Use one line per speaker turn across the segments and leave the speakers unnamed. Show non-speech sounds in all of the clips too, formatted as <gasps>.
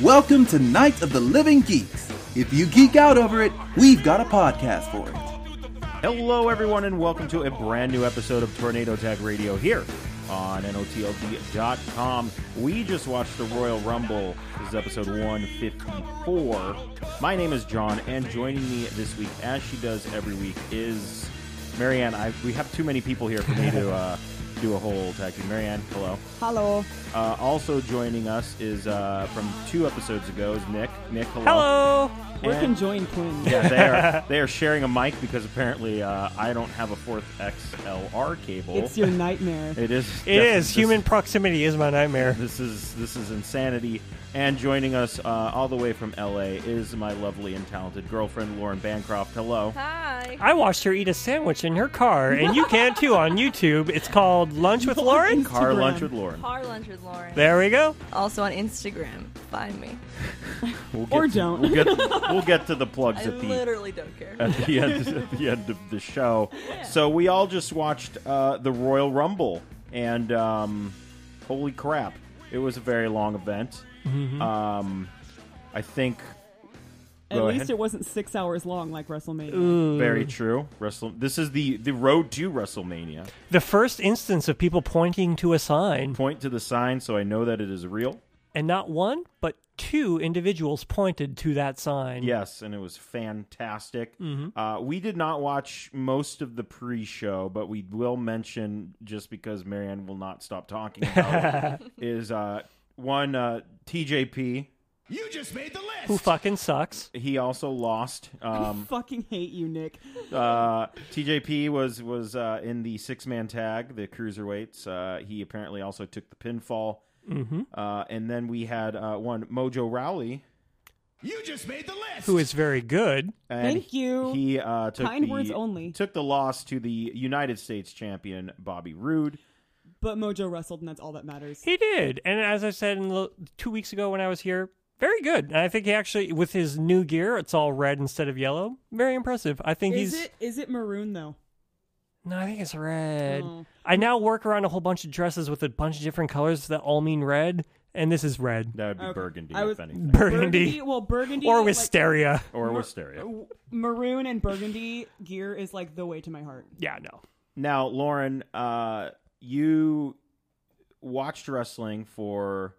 Welcome to Night of the Living Geeks. If you geek out over it, we've got a podcast for it.
Hello, everyone, and welcome to a brand new episode of Tornado Tag Radio here on NOTLD.com. We just watched the Royal Rumble. This is episode 154. My name is John, and joining me this week, as she does every week, is Marianne. I, we have too many people here for me to uh, do a whole tag team. Marianne, hello.
Hello.
Uh, also joining us is uh, from two episodes ago is Nick. Nick, hello.
Hello.
We're
And-
conjoined twins.
Yeah, they are they are sharing a mic because apparently uh, I don't have a fourth XLR cable.
It's your nightmare.
it is.
It is
this-
human proximity is my nightmare.
This is this is insanity. And joining us uh, all the way from LA is my lovely and talented girlfriend Lauren Bancroft. Hello.
Hi.
I watched her eat a sandwich in her car, and you can too on YouTube. It's called Lunch with Lauren.
Car
Instagram.
lunch with Lauren.
Car lunch with Lauren.
There we go.
Also on Instagram. Find me.
We'll get
Or
to-
don't.
We'll
<laughs>
get, we'll get to the plugs
I
at the
literally don't care.
<laughs> at the end at the end of the show. So we all just watched uh, the Royal Rumble, and um, holy crap, it was a very long event. Um, I think
At
Go
least
ahead.
it wasn't six hours long like WrestleMania.
very true. Wrestle. This is the the road to WrestleMania.
The first instance of people pointing to a sign,
Point to the sign so I know that it is real.
and not one, but two individuals pointed to that sign.
Yes, and it was fantastic. Uh, we did not watch most of the pre-show, but we will mention just because Marianne will not stop talking about it, is uh, one uh, TJP.
You just made the list.
Who fucking sucks?
He also lost.
<laughs>
Um,
Fucking hate you, Nick.
uh, TJP was was uh, in the six man tag, the cruiserweights. Uh, he apparently also took the pinfall. Uh, and then we had uh, one Mojo Rowley.
You just made the list.
Who is very good.
And
Thank you.
He uh, took
Kind
the,
words only.
Took the loss to the United States champion Bobby Roode.
But Mojo wrestled, and that's all that matters.
He did, and as I said in the, two weeks ago when I was here, very good. And I think he actually, with his new gear, it's all red instead of yellow. Very impressive. I think
Is
he's.
it is it maroon though?
No, I think it's red.
Oh.
I now work around a whole bunch of dresses with a bunch of different colors that all mean red, and this is red.
That would be
Okay.
Burgundy,
I
if
was-
anything,
Burgundy.
Well, burgundy
Or
like,
wisteria.
or Wisteria.
w- maroon and burgundy gear is like the way to my heart.
yeah, no.
Now, Lauren, uh, you watched wrestling for.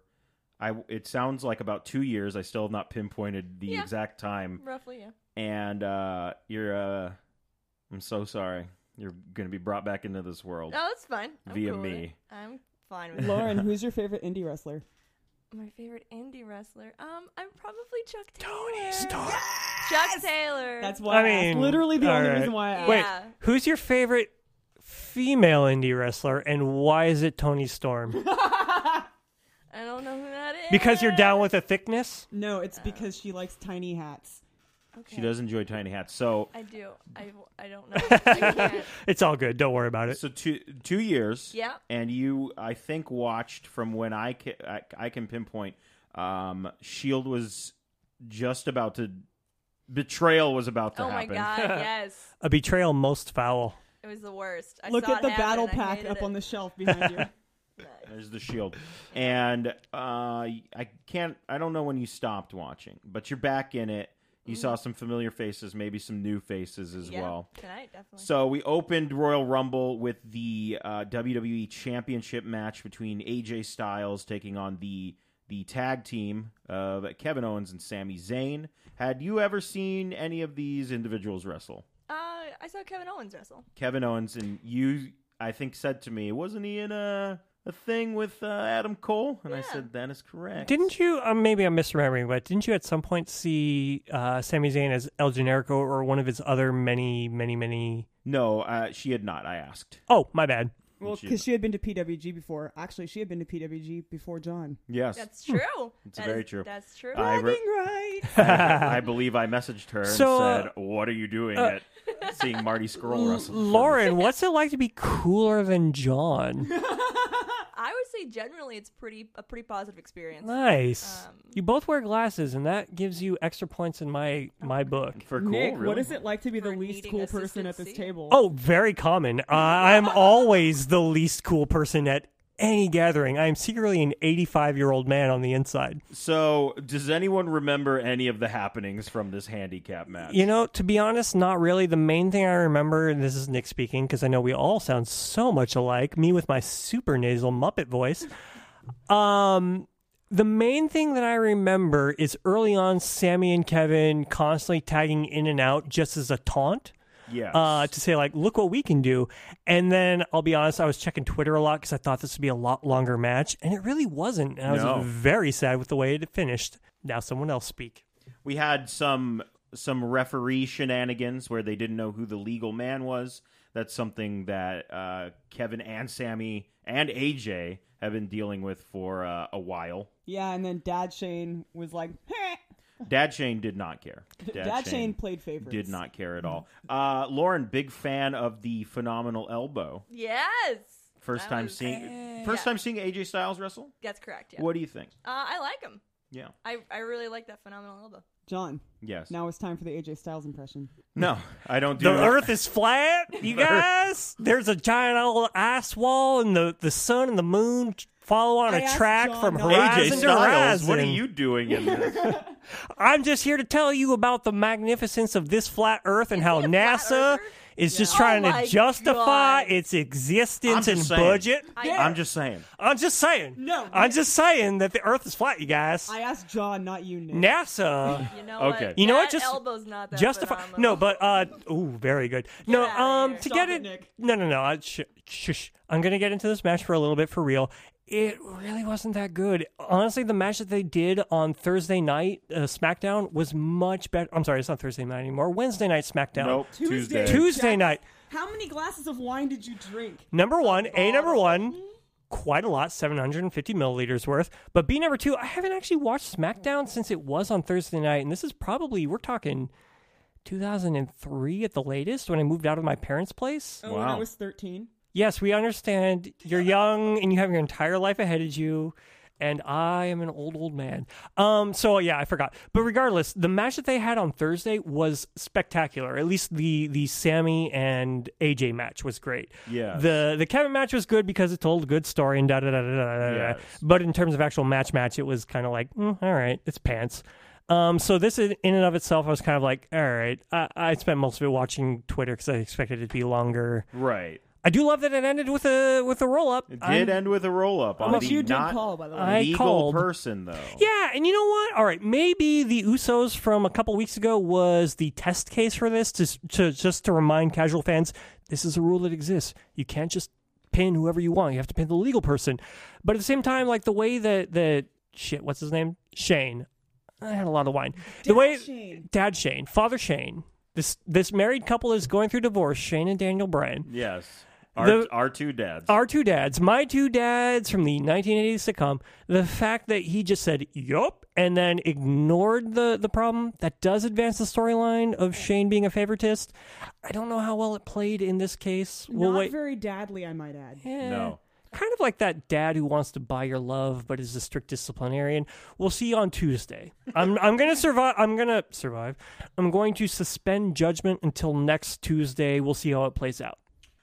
I, it sounds like about two years. I still have not pinpointed the
Yeah.
exact time,
<laughs> Roughly, yeah.
and uh, you're. Uh, I'm so sorry. You're going to be brought back into this world.
Oh.
No, that's fine. I'm
Via
cool with
me.
it. I'm fine with it.
Lauren, who's your favorite indie wrestler?
My favorite indie wrestler. Um, I'm probably Chuck Taylor. Tony Stark. Chuck Taylor.
That's why I,
I
asked.
mean,
literally the
all
only
right.
reason why I asked.
Wait,
Yeah.
who's your favorite female indie wrestler, and why is it Tony
<laughs>
Storm?
I don't know who that is.
because you're down with the thickness?
No, it's because she likes tiny hats.
Okay.
She does enjoy tiny hats. So,
I do. I, I don't know. I can't.
It's all good. Don't worry about it.
so two two years.
Yeah.
And you, I think, watched from when I can, I, I can pinpoint. Um, Shield was just about to betrayal was about to
Oh my
happen.
god, yes.
A betrayal most foul.
It was the worst. I
Look
saw
at the
it
battle
happen. I
pack
hated
up
it.
on the shelf behind you.
There's the Shield, E and uh, I can't. I don't know when you stopped watching, but you're back in it. You
Mm-hmm.
saw some familiar faces, maybe some new faces as
yeah,
well.
Tonight, definitely.
So we opened Royal Rumble with the uh, WWE Championship match between AJ Styles taking on the the tag team of Kevin Owens and Sami Zayn. Had you ever seen any of these individuals wrestle?
uh, I saw Kevin Owens wrestle.
Kevin Owens and you, I think, said to me, "Wasn't he in a a thing with uh, Adam Cole?" And I
Yeah.
said, "That is correct."
Didn't you? Uh, maybe I'm misremembering, but didn't you at some point see uh, Sami Zayn as El Generico or one of his other many, many, many?
No, uh, she had not. I asked.
Oh, my bad.
Well,
She-
because she had been to PWG before. Actually, she had been to PWG before John.
Yes,
That's true. That
very
is-
true.
That's true.
I re-
right.
<laughs>
I believe I messaged her and
So, uh,
said, "What are you doing at seeing Marty Skrull wrestle?"
<laughs> Um, Lauren, what's it like to be cooler than John?
I would say generally it's pretty a pretty positive experience.
Nice.
Um,
you both wear glasses, and that gives you extra points in my my book.
For cool,
Nick,
really?
what is it like to be the
For
least
needing
cool person at this
assistancy?
table?
Oh, very common. Uh, I'm always the least cool person at any gathering. I am secretly an 85 year old man on the inside.
So, does anyone remember any of the happenings from this handicap match?
You know, to be honest, not really. The main thing I remember, and this is Nick speaking, because I know we all sound so much alike, me with my super nasal Muppet voice. Um, the main thing that I remember is early on, Sammy and Kevin constantly tagging in and out just as a taunt.
yes.
uh, to say like, look what we can do. And then I'll be honest, I was checking Twitter a lot because I thought this would be a lot longer match, and it really wasn't. And I was
No.
very sad with the way it finished. Now someone else speak.
we had some some referee shenanigans where they didn't know who the legal man was. That's something that uh, Kevin and Sammy and AJ have been dealing with for uh, a while.
Yeah, and then Dad Shane was like, "Heh."
Dad Shane did not care.
Dad, Shane, played favorites.
did not care at all. Uh,
Mm-hmm.
Lauren, big fan of the phenomenal elbow.
Yes,
First
I
time
was-
seeing first
Oh, Yeah.
time seeing AJ Styles wrestle.
that's correct. Yeah,
What do you think?
Uh, I like him.
Yeah.
I, I really like that phenomenal elbow.
John,
Yes.
now it's time for the AJ Styles impression.
No, I don't do
The
that.
Earth is flat,
<laughs>
you guys. There's a giant old ice wall, and the the sun and the moon follow on
I
a
asked
track
John
from
not-
horizon
AJ
to
Styles,
horizon.
what are you doing in this?
<laughs>
I'm just here to tell you about the magnificence of this flat Earth and how
it a flat
NASA
earther?
is just
Yeah.
trying
Oh
to
my
justify
God.
its
I'm
existence
just
and
saying.
budget.
I'm just saying.
I'm just saying.
No.
I'm just saying that the Earth is flat, you guys.
I asked John, not you, Nick.
NASA
You know
Okay.
what?
You know what?
That
Just-
elbow's not that
justify.
phenomenal.
No, but uh, ooh, very good. No,
Get outta
um,
here.
to
Stop
get
it,
it.
Nick.
No, no, no. I, sh- shush. I'm gonna get into this match for a little bit for real. It really wasn't that good. Honestly, the match that they did on Thursday night uh, SmackDown was much better. I'm sorry, it's not Thursday night anymore. Wednesday night SmackDown.
Nope.
Tuesday.
Tuesday
Jack,
night.
How many glasses of wine did you drink?
Number one, A number one, quite a lot, 750 milliliters worth. But B number two, I haven't actually watched SmackDown since it was on Thursday night. And this is probably, we're talking 2003 at the latest when I moved out of my parents' place.
Oh, when I
Wow.
was 13.
Yes, we understand you're young and you have your entire life ahead of you. And I am an old, old man. Um, so yeah, I forgot. But regardless, the match that they had on Thursday was spectacular. At least the the Sammy and AJ match was great.
Yes.
The the Kevin match was good because it told a good story and da da da da da da. da.
Yes.
But in terms of actual match match, it was kind of like, mm, all right, it's pants. Um, so this in in and of itself, I was kind of like, all right. I, I spent most of it watching Twitter because I expected it to be longer.
Right.
I do love that it ended with a with a roll up.
It did end with a roll up on
Well,
the
you did
not
call, by the way.
I
legal
called.
person though.
Yeah, and you know what? All right, maybe the Usos from a couple weeks ago was the test case for this to, to just to remind casual fans this is a rule that exists. You can't just pin whoever you want. You have to pin the legal person. But at the same time, like the way that that shit, what's his name? Shane. I had a lot of wine. the
Dad
way
Shane.
Dad Shane, Father Shane. This this married couple is going through divorce. Shane and Daniel Bryan.
Yes. Our,
The-
our two dads.
our two dads, my two dads from the 1980s sitcom, the fact that he just said yup and then ignored the the problem that does advance the storyline of Shane being a favoritist. I don't know how well it played in this case. We'll
not
wait.
very dadly, I might add.
Eh,
No.
Kind of like that dad who wants to buy your love but is a strict disciplinarian. We'll see you on Tuesday. I'm I'm gonna survive. I'm gonna survive. I'm going to suspend judgment until next Tuesday. We'll see how it plays out.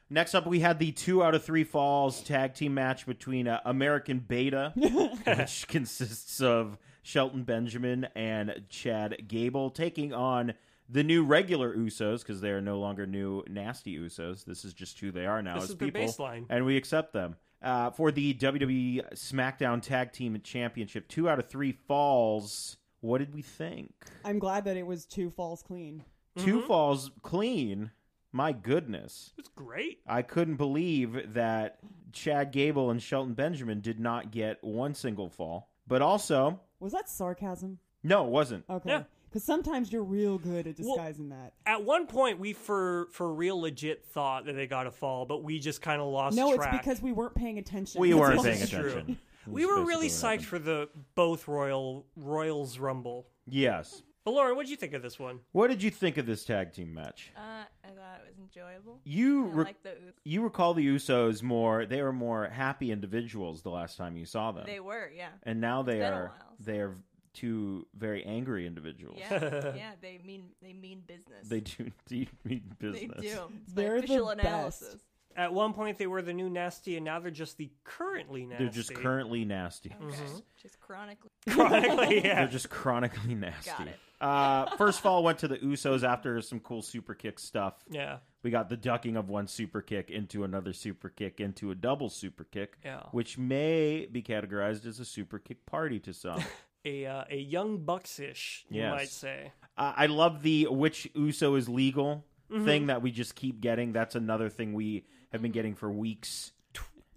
Next up, we had the two out of three falls tag team match between uh, American
<laughs>
Beta, which consists of Shelton Benjamin and Chad Gable, taking on the new regular Usos because they are no longer new nasty Usos. This is just who they are now
This
as
is their
people,
baseline.
and we accept them. Uh, for the WWE SmackDown Tag Team Championship, two out of three falls. What did we think?
I'm glad that it was two falls clean.
Two
Mm-hmm.
falls clean. My goodness.
It's great.
I couldn't believe that Chad Gable and Shelton Benjamin did not get one single fall. But also,
Was that sarcasm?
no, it wasn't.
Okay.
Yeah.
Because sometimes you're real good at
Well-
disguising that.
At one point, we for for real legit thought that they got a fall, but we just kind of lost.
No,
track.
it's because we weren't paying attention.
We
That's
weren't
why.
paying
That's true.
attention.
we
That's
were really
basically what
psyched for the both Royal Royals Rumble.
Yes.
But Lauren, what would you think of this one?
What did you think of this tag team match?
Uh, I thought it was enjoyable.
You
I
re-
like the Usos.
you recall the Usos more. They were more happy individuals the last time you saw them,
They were, yeah.
and now they
been a
are
while.
they are two very angry individuals.
Yeah,
<laughs>
yeah, they mean they mean business.
They do <laughs> indeed mean
They
business.
do. It's my
They're the
official
best.
analysis.
At one point, they were the new nasty, and now they're just the currently nasty.
They're just
<laughs>
currently nasty.
Okay. Just chronically.
<laughs>
chronically.
They're
<laughs> Yeah.
just chronically nasty.
Got it.
Uh, first fall went to the Usos after some cool super kick stuff.
yeah.
We got the ducking of one super kick into another super kick into a double super kick,
Yeah.
which may be categorized as a super kick party to some. <laughs>
A uh, a young bucksish, you
Yes.
might say.
uh, I love the which Uso is legal
Mm-hmm.
thing that we just keep getting. That's another thing we have been getting for weeks.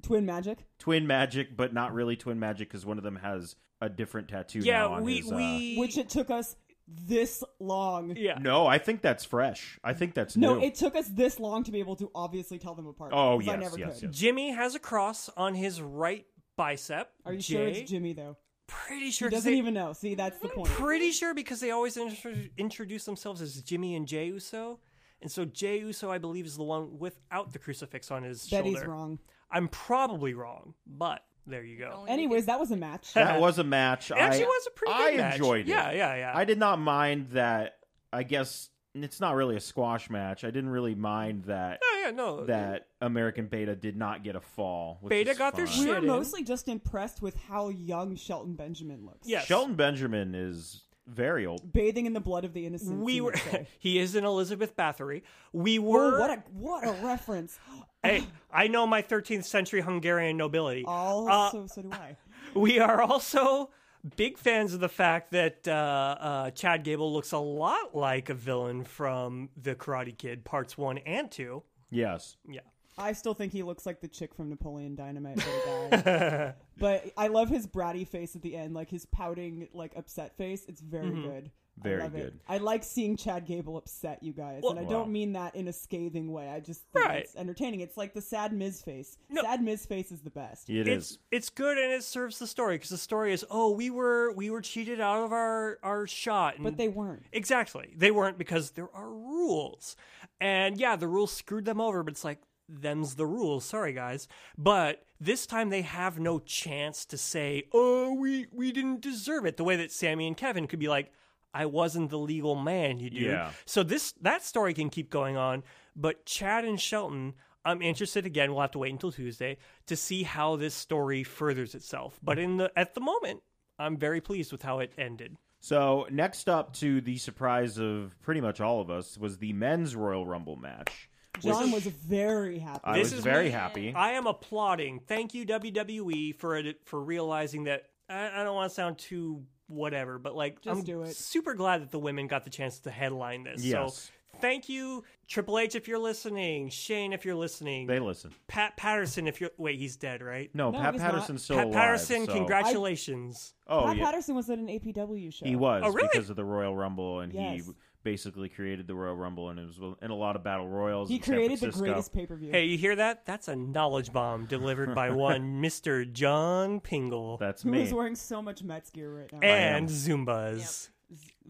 Twin magic.
Twin magic, but not really twin magic because one of them has a different tattoo. now
Yeah,
on
we
his, uh,
we
Which it took us this long.
yeah.
No, I think that's fresh. I think that's
No,
new.
it took us this long to be able to obviously tell them apart.
Oh,
'cause I
yes,
never
yes,
could.
yes.
Jimmy has a cross on his right bicep.
Are you
Jay?
sure it's Jimmy though?
Pretty
He
sure. 'cause
doesn't
they-
even know. See, that's the point.
Pretty sure because they always intro- introduce themselves as Jimmy and Jay Uso, and so Jay Uso, I believe, is the one without the crucifix on his
Betty's
shoulder.
wrong.
I'm probably wrong, but there you go.
Only
Anyways, that was a match.
<laughs>
that was a match.
It actually
I,
was a pretty
I
good match.
enjoyed it.
Yeah, yeah, yeah.
I did not mind that. I guess it's not really a squash match. I didn't really mind that
<laughs> Oh, yeah, no.
that American Beta did not get a fall. which
Beta
is
got their
fine.
we
shit
were
in.
mostly just impressed with how young Shelton Benjamin looks.
yes.
Shelton Benjamin is very old.
Bathing in the blood of the innocent.
We were. <laughs> he is an Elizabeth Bathory. We were. <laughs>
Oh,
Uh,
what a what a
<gasps>
reference!
hey, I know my 13th century Hungarian nobility. Uh,
Also, so do I.
we are also big fans of the fact that uh, uh, Chad Gable looks a lot like a villain from The Karate Kid Parts 1 and 2.
Yes,
Yeah.
I still think he looks like the chick from Napoleon Dynamite. But, a
<laughs>
guy. but I love his bratty face at the end, like his pouting, like upset face. It's very good. I
Mm-hmm. Very
love it.
good.
I like seeing Chad Gable upset you guys, and I
Well-
don't mean that in a scathing way. I just think
Right.
it's entertaining. It's like the sad Miz face.
No.
Sad Miz face is the best.
it
it's
is.
it's good and it serves the story because the story is oh we were we were cheated out of our our shot and
But they weren't.
Exactly. They weren't because there are rules. And yeah, the rules screwed them over, but it's like, them's the rules. Sorry, guys. But this time they have no chance to say, oh, we, we didn't deserve it. The way that Sammy and Kevin could be like, I wasn't the legal man, you dude.
Yeah.
So this that story can keep going on, but Chad and Shelton, I'm interested again, we'll have to wait until Tuesday to see how this story furthers itself. But in the at the moment, I'm very pleased with how it ended.
So next up to the surprise of pretty much all of us was the men's Royal Rumble match.
John was very happy.
I
This
was
is
very
me.
happy.
I am applauding. Thank you WWE for it, for realizing that. I, I don't want to sound too whatever, but like
Just
I'm
do it.
super glad that the women got the chance to headline this.
Yes.
So thank you Triple H if you're listening, Shane if you're listening,
they listen.
Pat Patterson if you're wait he's dead right?
No,
No,
Pat
he's not.
Patterson's still
Pat
alive.
Patterson,
so-
congratulations.
Oh
Pat
yeah,
Patterson was at an APW show.
he was
Oh, really?
because of the Royal Rumble, and he
Yes.
basically created the Royal Rumble, and it was in a lot of battle royals.
He
in San
created the
Francisco.
greatest pay per view.
Hey, you hear that? That's a knowledge bomb
<laughs>
delivered by one Mr. John Pingle
That's
who
me.
is wearing so much Mets gear right now?
and Zumbas.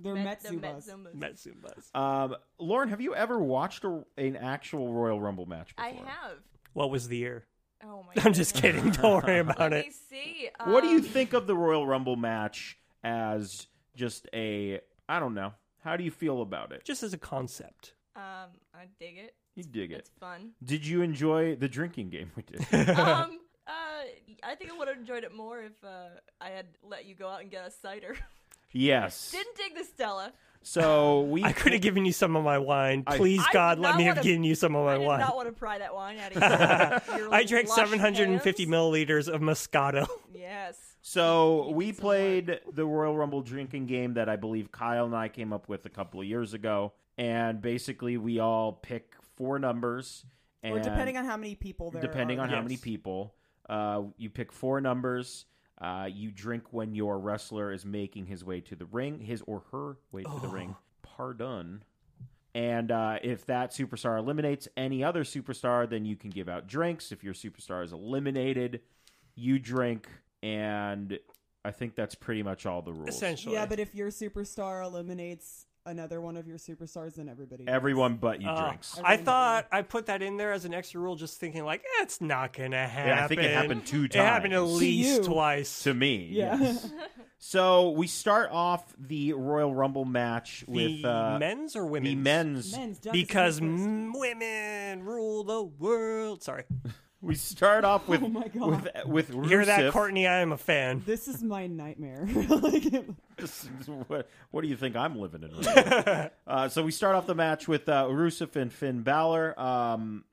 They're
Met-
Mets
the Met
Zubas.
Zumbas.
Met Zumbas.
Um, Lauren, have you ever watched a, an actual Royal Rumble match before?
I have.
What was the year?
Oh
<laughs>
my.
<laughs> I'm just kidding. Don't worry about
Let
it.
me see.
What do you
um,
think of the Royal Rumble match as just a I don't know. How do you feel about it?
just as a concept.
Um, I dig it.
You dig it.
It's fun.
Did you enjoy the drinking game we
<laughs>
did?
um, uh, I think I would have enjoyed it more if uh, I had let you go out and get a cider. <laughs>
yes.
Didn't dig the Stella.
So we
I could have given you some of my wine.
I-
Please,
I
God,
did
let
not
me have
wanna-
given you some of
I
my
did
wine.
not want to pry that
<laughs>
wine out
<laughs>
of you.
I drank 750
mil.
milliliters of Moscato.
Yes.
so we played the Royal Rumble drinking game that I believe Kyle and I came up with a couple of years ago, and basically we all pick four numbers, and
Or depending on how many people there
depending
are.
on how
Yes.
many people. Uh, you pick four numbers. Uh, you drink when your wrestler is making his way to the ring, his or her way to the ring. Pardon. And uh, if that superstar eliminates any other superstar, then you can give out drinks. If your superstar is eliminated, you drink. And I think that's pretty much all the rules.
Essentially.
Yeah, but if your superstar eliminates another one of your superstars, then everybody. knows.
Everyone but <laughs> you
Oh, <laughs>
drinks.
I thought I put that in there as an extra rule, just thinking like eh, it's not gonna happen.
Yeah, I think it happened two
It happened at
times.
least
you.
twice.
to me.
Yeah.
yes. So we start off the Royal Rumble match with
the
uh,
men's or
the
women's?
men's.
Men's John
Because
Smith first.
m- <laughs> women rule the world. Sorry,
We start off with
Oh my God.
with with Rusev.
You hear that, Courtney? I am a fan.
this is my nightmare. <laughs> like,
This is <laughs> what, what do you think I'm living in? Right
<laughs>
now? uh, so we start off the match with uh, Rusev and Finn Balor. Um,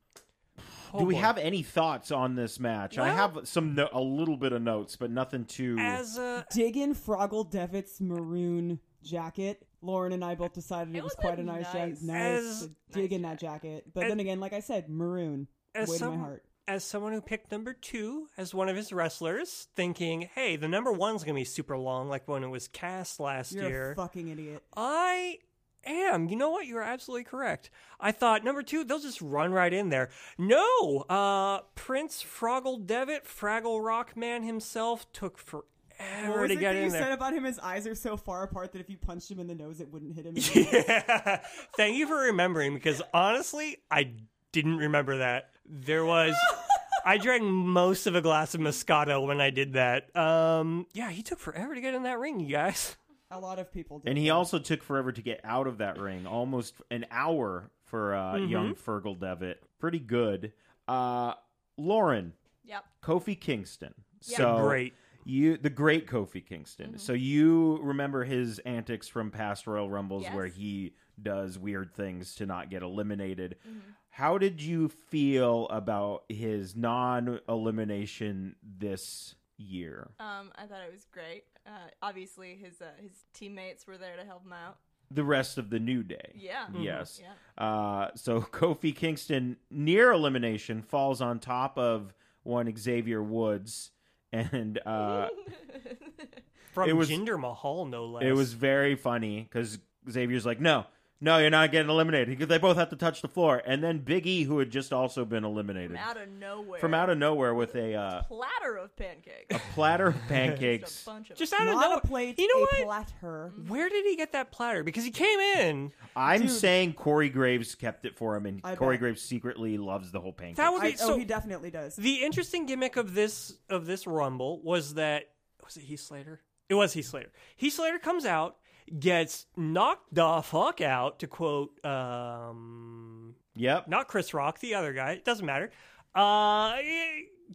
Oh,
do we
boy.
have any thoughts on this match? I
Well-
have some no- a little bit of notes, but nothing too.
as a
dig in Froggle Devitt's maroon jacket. Lauren and I both decided it,
It
was
was a
quite a nice,
nice-
jacket. Nice
As-
dig in that jacket. But
As-
then again, like I said, maroon.
as
Way to my
some-
heart.
as someone who picked number two as one of his wrestlers, thinking, "Hey, the number one's gonna be super long, like when it was cast last
You're
year."
a fucking idiot.
I am. You know what? You're absolutely correct. I thought number two, they'll just run right in there. No, uh, Prince Froggle Devitt, Fraggle Rock Man himself, took
What
forever
was
to
it
get
that
in
you
there.
said about him? His eyes are so far apart that if you punched him in the nose, it wouldn't hit him.
<laughs>
Yeah. <laughs> Thank you for remembering because honestly, I didn't remember that. There was I drank most of a glass of Moscato when I did that. Um yeah, he took forever to get in that ring, you guys.
a lot of people did.
and he also took forever to get out of that ring, almost an hour for uh, young Fergal Devitt. Pretty good. Uh, Lauren,
Yep.
Kofi Kingston.
Yeah.
So
Great.
You the great Kofi Kingston.
Mm-hmm.
So you remember his antics from past Royal Rumbles
Yes.
where he does weird things to not get eliminated.
Mm-hmm.
How did you feel about his non-elimination this year?
Um, I thought it was great. Uh, obviously, his uh, his teammates were there to help him out.
The rest of the new day.
Yeah.
Mm.
Yes.
Yeah.
Uh, so <laughs> Kofi Kingston near elimination falls on top of one Xavier Woods and uh
From
It was-
Jinder Mahal, no less.
It was very funny because Xavier's like, no, no, you're not getting eliminated because they both have to touch the floor. And then Big E, who had just also been eliminated
From out of nowhere.
from out of nowhere with a uh,
platter of pancakes.
platter of
<laughs> Just
pancakes.
a bunch of
just out of
not
nowhere.
a plate,
you know
a
what?
platter.
Where did he get that platter? Because he came in.
I'm saying Corey Graves kept it for him, and
I
Corey
bet.
Graves secretly loves the whole pancake.
That was
I,
it. so
oh, he definitely does.
The interesting gimmick of this of this rumble was that was it Heath Slater? It was Heath Slater. Heath Slater comes out, gets knocked the fuck out. To quote, um,
yep.
not Chris Rock, the other guy. It doesn't matter. Uh, eh,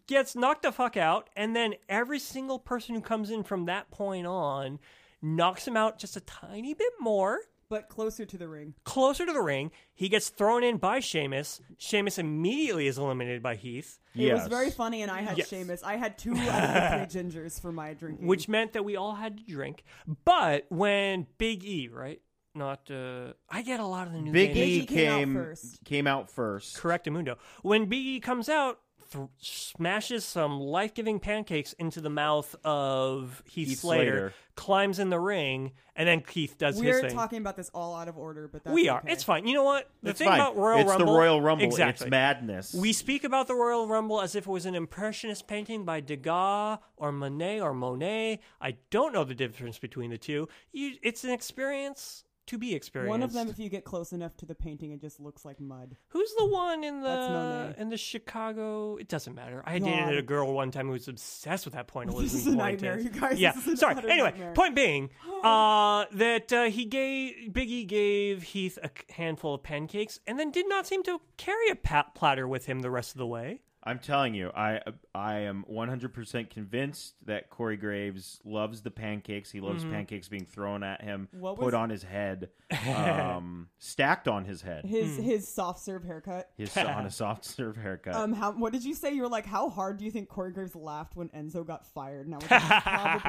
gets knocked the fuck out, and then every single person who comes in from that point on knocks him out just a tiny bit more
But closer to the ring.
closer to the ring. He gets thrown in by Sheamus. Sheamus immediately is eliminated by Heath.
It
yes.
was very funny, and I had
Yes.
Seamus. I had two out of the three gingers for my drinking.
which meant that we all had to drink. But when Big E, right? Not uh, I get a lot of the new
Big
Day-
E
Biggie came out
came
first.
came out first.
correct Amundo. When Big E comes out, th- smashes some life giving pancakes into the mouth of Heath,
Heath
Slater,
Slater.
climbs in the ring, and then Keith does his
we're
thing.
talking about this all out of order, but that's
we are.
okay.
It's fine. You know what? The
It's
thing
fine.
about Royal
it's
Rumble,
the Royal Rumble.
exactly.
It's madness.
We speak about the Royal Rumble as if it was an impressionist painting by Degas or Monet or Monet. I don't know the difference between the two. You, it's an experience to be experienced.
One of them, if you get close enough to the painting, it just looks like mud.
Who's the one in
That's
the
Monet.
in the Chicago? It doesn't matter. I
God.
dated a girl one time who was obsessed with that point.
This is a nightmare, you guys.
Yeah.
This is an
Sorry.
utter
Anyway,
nightmare. <gasps>
point being, uh, that uh, he gave Biggie gave Heath a handful of pancakes and then did not seem to carry a pat- platter with him the rest of the way.
I'm telling you, I I am 100% convinced that Corey Graves loves the pancakes. He loves
Mm-hmm.
pancakes being thrown at him,
What
put
was-
on his head,
<laughs>
um, stacked on his head,
His his soft serve haircut.
<laughs>
his on a soft serve haircut.
Um, how what did you say? You were like, how hard do you think Corey Graves laughed when Enzo got fired? And I was like,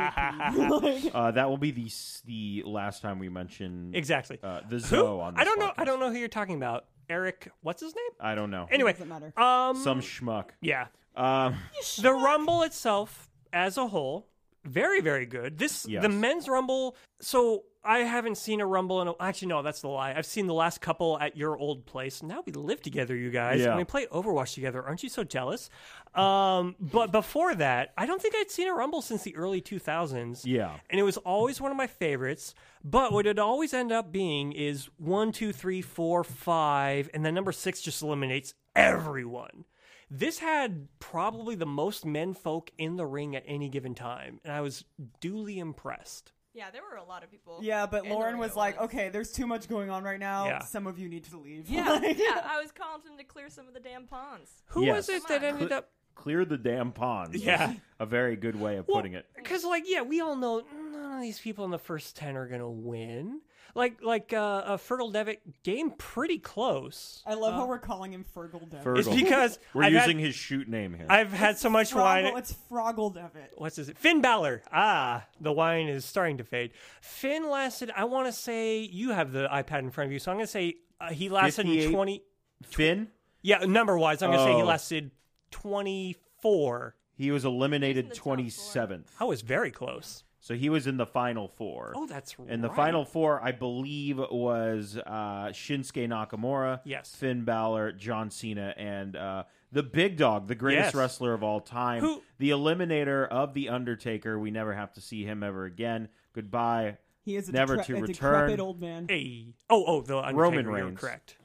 probably. pee. <laughs> like,
uh, that will be the s- the last time we mention
Exactly.
uh, the
Who?
Zoe on. This
I don't know.
podcast. Uh,
I don't know who you're talking about. Eric, what's his name?
I don't know.
Anyway,
doesn't matter.
um,
Some schmuck.
yeah,
Um,
the Rumble itself as a whole, very very good. This
Yes.
the men's Rumble. So I haven't seen a rumble in a, actually no, that's the lie. I've seen the last couple at your old place. Now we live together, you guys.
Yeah.
And we play Overwatch together. Aren't you so jealous? Um, but before that, I don't think I'd seen a rumble since the early 2000s.
Yeah.
And it was always one of my favorites. But what it always ended up being is one, two, three, four, five, and then number six just eliminates everyone. This had probably the most men folk in the ring at any given time, and I was duly impressed.
Yeah, there were a lot of people.
Yeah, but
in the
Lauren
ring
was
at
like,
once.
okay, there's too much going on right now.
Yeah.
Some of you need to leave.
Yeah,
<laughs> Like-
yeah. I was calling him to clear some of the damn ponds.
Who
Yes.
was it that
Come
Cle-
ended up?
clear the damn ponds. is
Yeah.
a very good way of putting it.
Because like yeah, we all know none of these people in the first ten are gonna win. Like like uh, uh Fertile Devic game pretty close.
I
Uh,
love how we're calling him Fergal Devitt.
Fergal.
It's because
We're
I've
using
Had,
his shoot name here.
I've had so much
Froggle,
wine.
it's Froggle Devitt.
What's his Finn Balor. Ah, the wine is starting to fade. Finn lasted. I want to say you have the iPad in front of you, so I'm gonna say uh, he lasted
58?
twenty.
Finn.
Yeah, number wise, I'm gonna say he
Oh.
lasted twenty four.
He was eliminated
He's in the top four.
twenty seventh,
I was very close.
so he was in the final four.
Oh, that's right.
And the final four, I believe, was uh, Shinsuke Nakamura,
Yes.
Finn Balor, John Cena, and uh, the Big Dog, the greatest
Yes.
wrestler of all time,
Who-
the Eliminator of the Undertaker. We never have to see him ever again. Goodbye.
He is a,
Never
decre-
to
a
return.
decrepit old man.
Hey. Oh, oh, the Undertaker,
Roman
you're
Reigns.
Correct.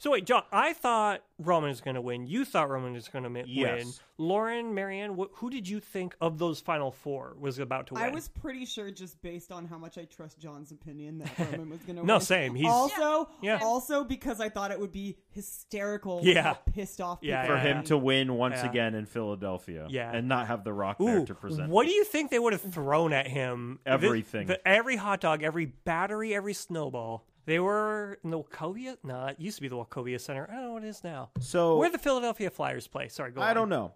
So wait, John, I thought Roman was going to win. You thought Roman was going to win.
Yes.
Lauren, Marianne, wh- who did you think of those final four was about to win?
I was pretty sure, just based on how much I trust John's
<laughs>
opinion, that Roman was going to
No,
win.
same. He's-
also,
Yeah. Yeah.
also because I thought it would be hysterical.
Yeah.
how pissed off.
Yeah,
people
For
would
him
be.
to win once
Yeah.
again in Philadelphia
Yeah.
and not have The Rock there
Ooh,
to present.
what do you think they would have thrown at him? The-
Everything.
the- every hot dog, every battery, every snowball. They were in the Wachovia? No, it used to be the Wachovia Center. I don't know what it is now.
So-
where the Philadelphia Flyers play? Sorry, go
I
on.
don't know.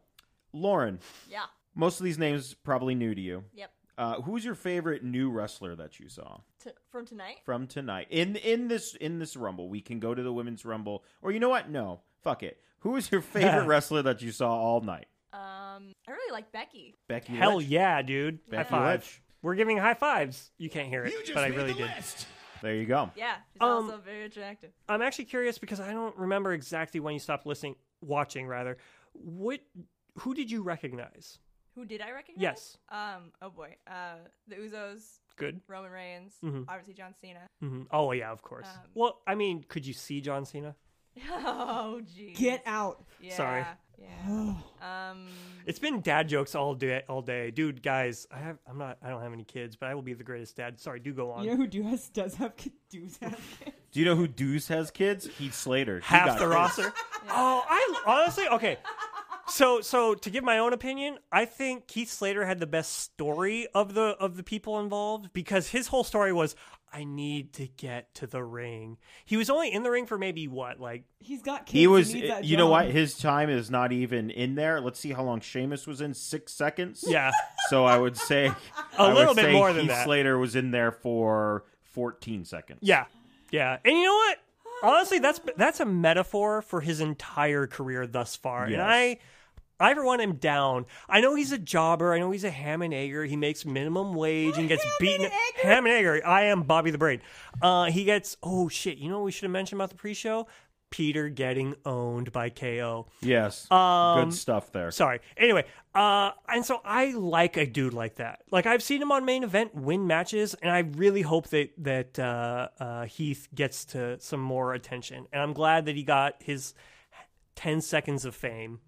Lauren,
Yeah.
most of these names probably new to you.
Yep.
Uh, who's your favorite new wrestler that you saw?
T- from tonight.
from tonight in in this in this rumble we can go to the women's rumble or you know what no fuck it who is your
<laughs>
favorite wrestler that you saw all night
Um, I really like Becky.
becky
Hell
Lynch.
yeah, dude!
Becky
high five.
Lynch.
We're giving high fives. You can't hear it,
You just
but I
made
really
the
did.
list.
there you go
Yeah, she's
Um,
also very attractive.
I'm actually curious because I don't remember exactly when you stopped listening, watching rather. What, who did you recognize?
Who did I recognize?
Yes.
Um. Oh boy. Uh. The Uzos,
Good.
Roman Reigns,
Mm-hmm.
obviously John Cena. <laughs>
hmm Oh yeah, of course.
Um,
well, I mean, could you see John Cena?
Oh geez.
get out.
Yeah,
sorry.
Yeah. um.
It's been dad jokes all day, all day, dude. Guys, I have, I'm not, I don't have any kids, but I will be the greatest dad. Sorry, do go on.
You know who do has does have kid- does have kids?
do you know who deuce has kids heath slater He
half
got
the
kids.
roster. Oh, I honestly okay. So so to give my own opinion, I think Keith Slater had the best story of the of the people involved because his whole story was I need to get to the ring. He was only in the ring for maybe what like
<laughs> He's got kids.
he was
needs that
you know what
job.
his time is not even in there let's see how long Sheamus was in six seconds
yeah
so i would
<laughs>
say a
little bit more than
heath
that.
slater was in there for 14 seconds
yeah yeah. And you know what? Honestly, that's that's a metaphor for his entire career thus far,
Yes.
and I. I for one am down. I know he's a jobber. I know he's a ham and egger. He makes minimum wage and gets beaten. Ham and egger. I am Bobby the Brain. Uh, he gets. Oh shit! You know what we should have mentioned about the pre-show? Peter getting owned by KO.
yes
Um,
good stuff there
Sorry. Anyway, uh, and so I like a dude like that. Like I've seen him on main event win matches, and I really hope that that uh, uh, Heath gets to some more attention. And I'm glad that he got his ten seconds of fame.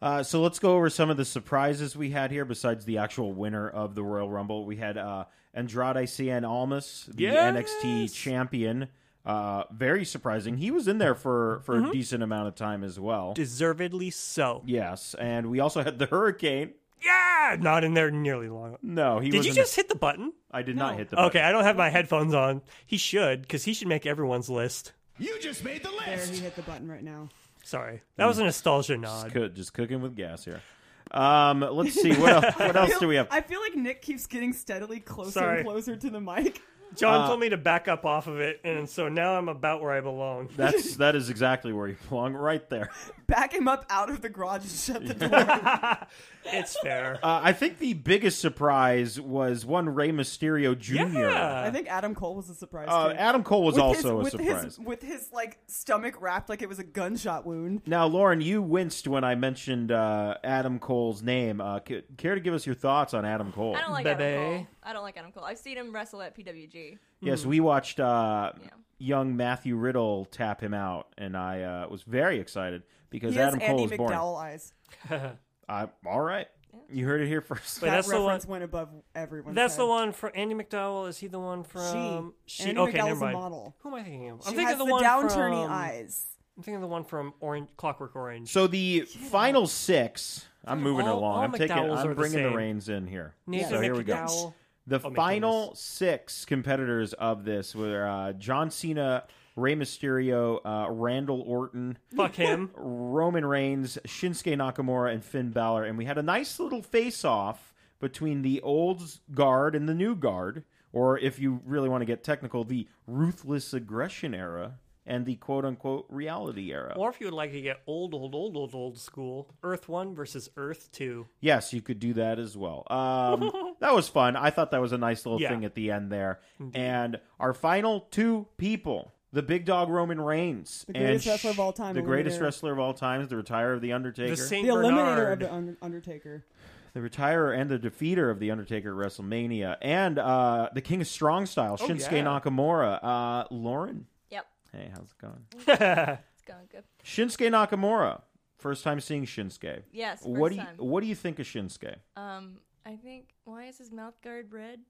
Uh, so let's go over some of the surprises we had here. Besides the actual winner of the Royal Rumble, we had uh, Andrade Cien Almas, the
Yes!
NXT champion. Uh, very surprising. He was in there for for
Mm-hmm.
a decent amount of time as well.
Deservedly so.
yes, and we also had the Hurricane.
Yeah, not in there nearly long.
No, he
Did you
wasn't.
just hit the button?
I did not hit the.
Okay,
button.
I don't have my headphones on. He should, because he should make everyone's list.
You just made the
There, he
list.
hit the button right now.
Sorry, that was a nostalgia nod.
Just, cook- just cooking with gas here. Um,
<laughs>
let's see what else, what else do we have?
I feel like Nick keeps getting steadily closer
Sorry.
and closer to the mic.
John told me to back up off of it, and so now I'm about where I belong.
That's that is exactly where you belong, right there.
Back him up out of the garage and shut
<laughs>
the door.
It's fair.
Uh, I think the biggest surprise was one Rey Mysterio Jr.
Yeah.
I think Adam Cole was a surprise.
Uh,
too.
Adam Cole was
With his-
also
with
a surprise.
His, with his like stomach wrapped like it was a gunshot wound.
Now, Lauren, you winced when I mentioned uh, Adam Cole's name. Uh, c- care to give us your thoughts on Adam Cole?
I don't like Adam
Bebe.
Cole. I don't like Adam Cole. I've seen him wrestle at PWG.
Yes, we watched uh,
Yeah.
young Matthew Riddle tap him out, and I uh, was very excited because
He
Adam
has Andy
Cole is born.
McDowell eyes.
I, all right, you heard it here first.
Wait,
that
that's the one.
reference went above everyone's.
That's the
head.
one for Andy McDowell. Is he the one from?
She. Andy
okay,
McDowell's
never
a
mind.
model.
Who am I thinking of?
She
I'm thinking
has
of the,
the
one
downturny
from,
eyes.
I'm thinking of the one from Orange Clockwork Orange.
So the final six. I'm moving
All-
along.
all
I'm taking.
McDowells
I'm
are the
bringing the,
same.
reins in here.
Nathan
so here we go.
<laughs>
McDowell.
The
I'll make
final six competitors of this were uh, John Cena, Rey Mysterio, uh, Randall Orton,
Fuck him.
Roman Reigns, Shinsuke Nakamura, and Finn Balor. And we had a nice little face off between the old guard and the new guard, or if you really want to get technical, the ruthless aggression era and the quote unquote reality era.
Or if you would like to get old, old, old, old, old school, Earth One versus Earth Two.
Yes, you could do that as well.
<laughs>
Um, that was fun. I thought that was a nice little
Yeah.
thing at the end there. And our final two people. The big dog Roman Reigns, the
greatest wrestler of all time,
the greatest
Eliminator.
wrestler of all time, the retire of the Undertaker,
The Saint
The eliminator of
Bernard.
the Un- Undertaker.
the retirer and the defeater of the Undertaker at WrestleMania, and uh, the King of Strong Style, Shinsuke
Oh, yeah.
Nakamura. Uh, Lauren,
Yep,
hey, how's it going?
it's going good.
Shinsuke Nakamura, first time seeing Shinsuke.
Yes, first
what do you
time.
what do you think of Shinsuke?
Um, I think why is his mouth guard red?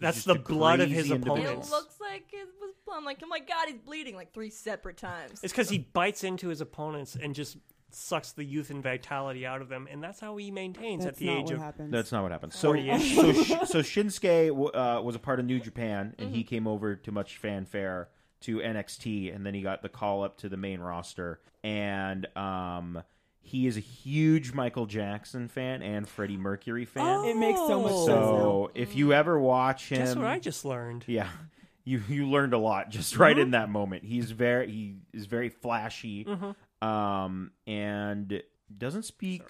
That's
just
the
a
blood of
crazy
his
individual.
It
opponents.
looks like it was. I'm like, oh my god, he's bleeding like three separate times.
It's because he bites into his opponents and just sucks the youth and vitality out of them, and that's how he maintains
That's
at the
not
age
what
of.
happens.
That's not what happened. So,
yeah.
so,
<laughs>
Sh- so Shinsuke w- uh, was a part of New Japan, and
Mm-hmm.
he came over to much fanfare to NXT, and then he got the call up to the main roster. And um, he is a huge Michael Jackson fan and Freddie Mercury fan.
It makes so much
Oh.
sense. now.
so if you ever watch him,
Guess what I just learned?
yeah. <laughs> You you learned a lot just right in that moment. He's very he is very flashy, um, and doesn't speak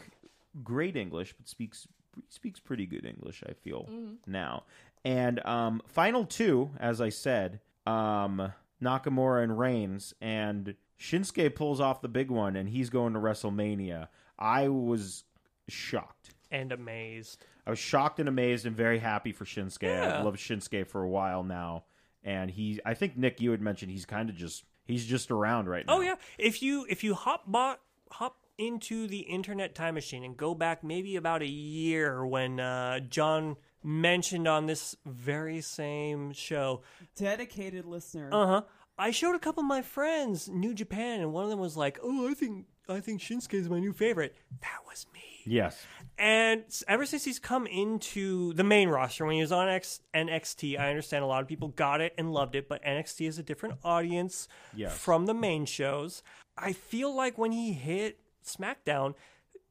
great English, but speaks speaks pretty good English. I feel now. And um, final two, as I said, um, Nakamura and Reigns, and Shinsuke pulls off the big one, and he's going to WrestleMania. I was shocked.
And amazed.
I was shocked and amazed and very happy for Shinsuke.
Yeah.
I've loved Shinsuke for a while now, and he. I think Nick, you had mentioned he's kind of just he's just around right now.
Oh yeah, if you if you hop bo- hop into the internet time machine and go back maybe about a year when uh, John mentioned on this very same show
Dedicated listener.
Uh huh. I showed a couple of my friends New Japan, and one of them was like, "Oh, I think I think Shinsuke is my new favorite." That was me.
Yes.
And s- ever since he's come into the main roster, when he was on X- NXT, I understand a lot of people got it and loved it, but NXT is a different audience
Yes.
from the main shows. I feel like when he hit SmackDown,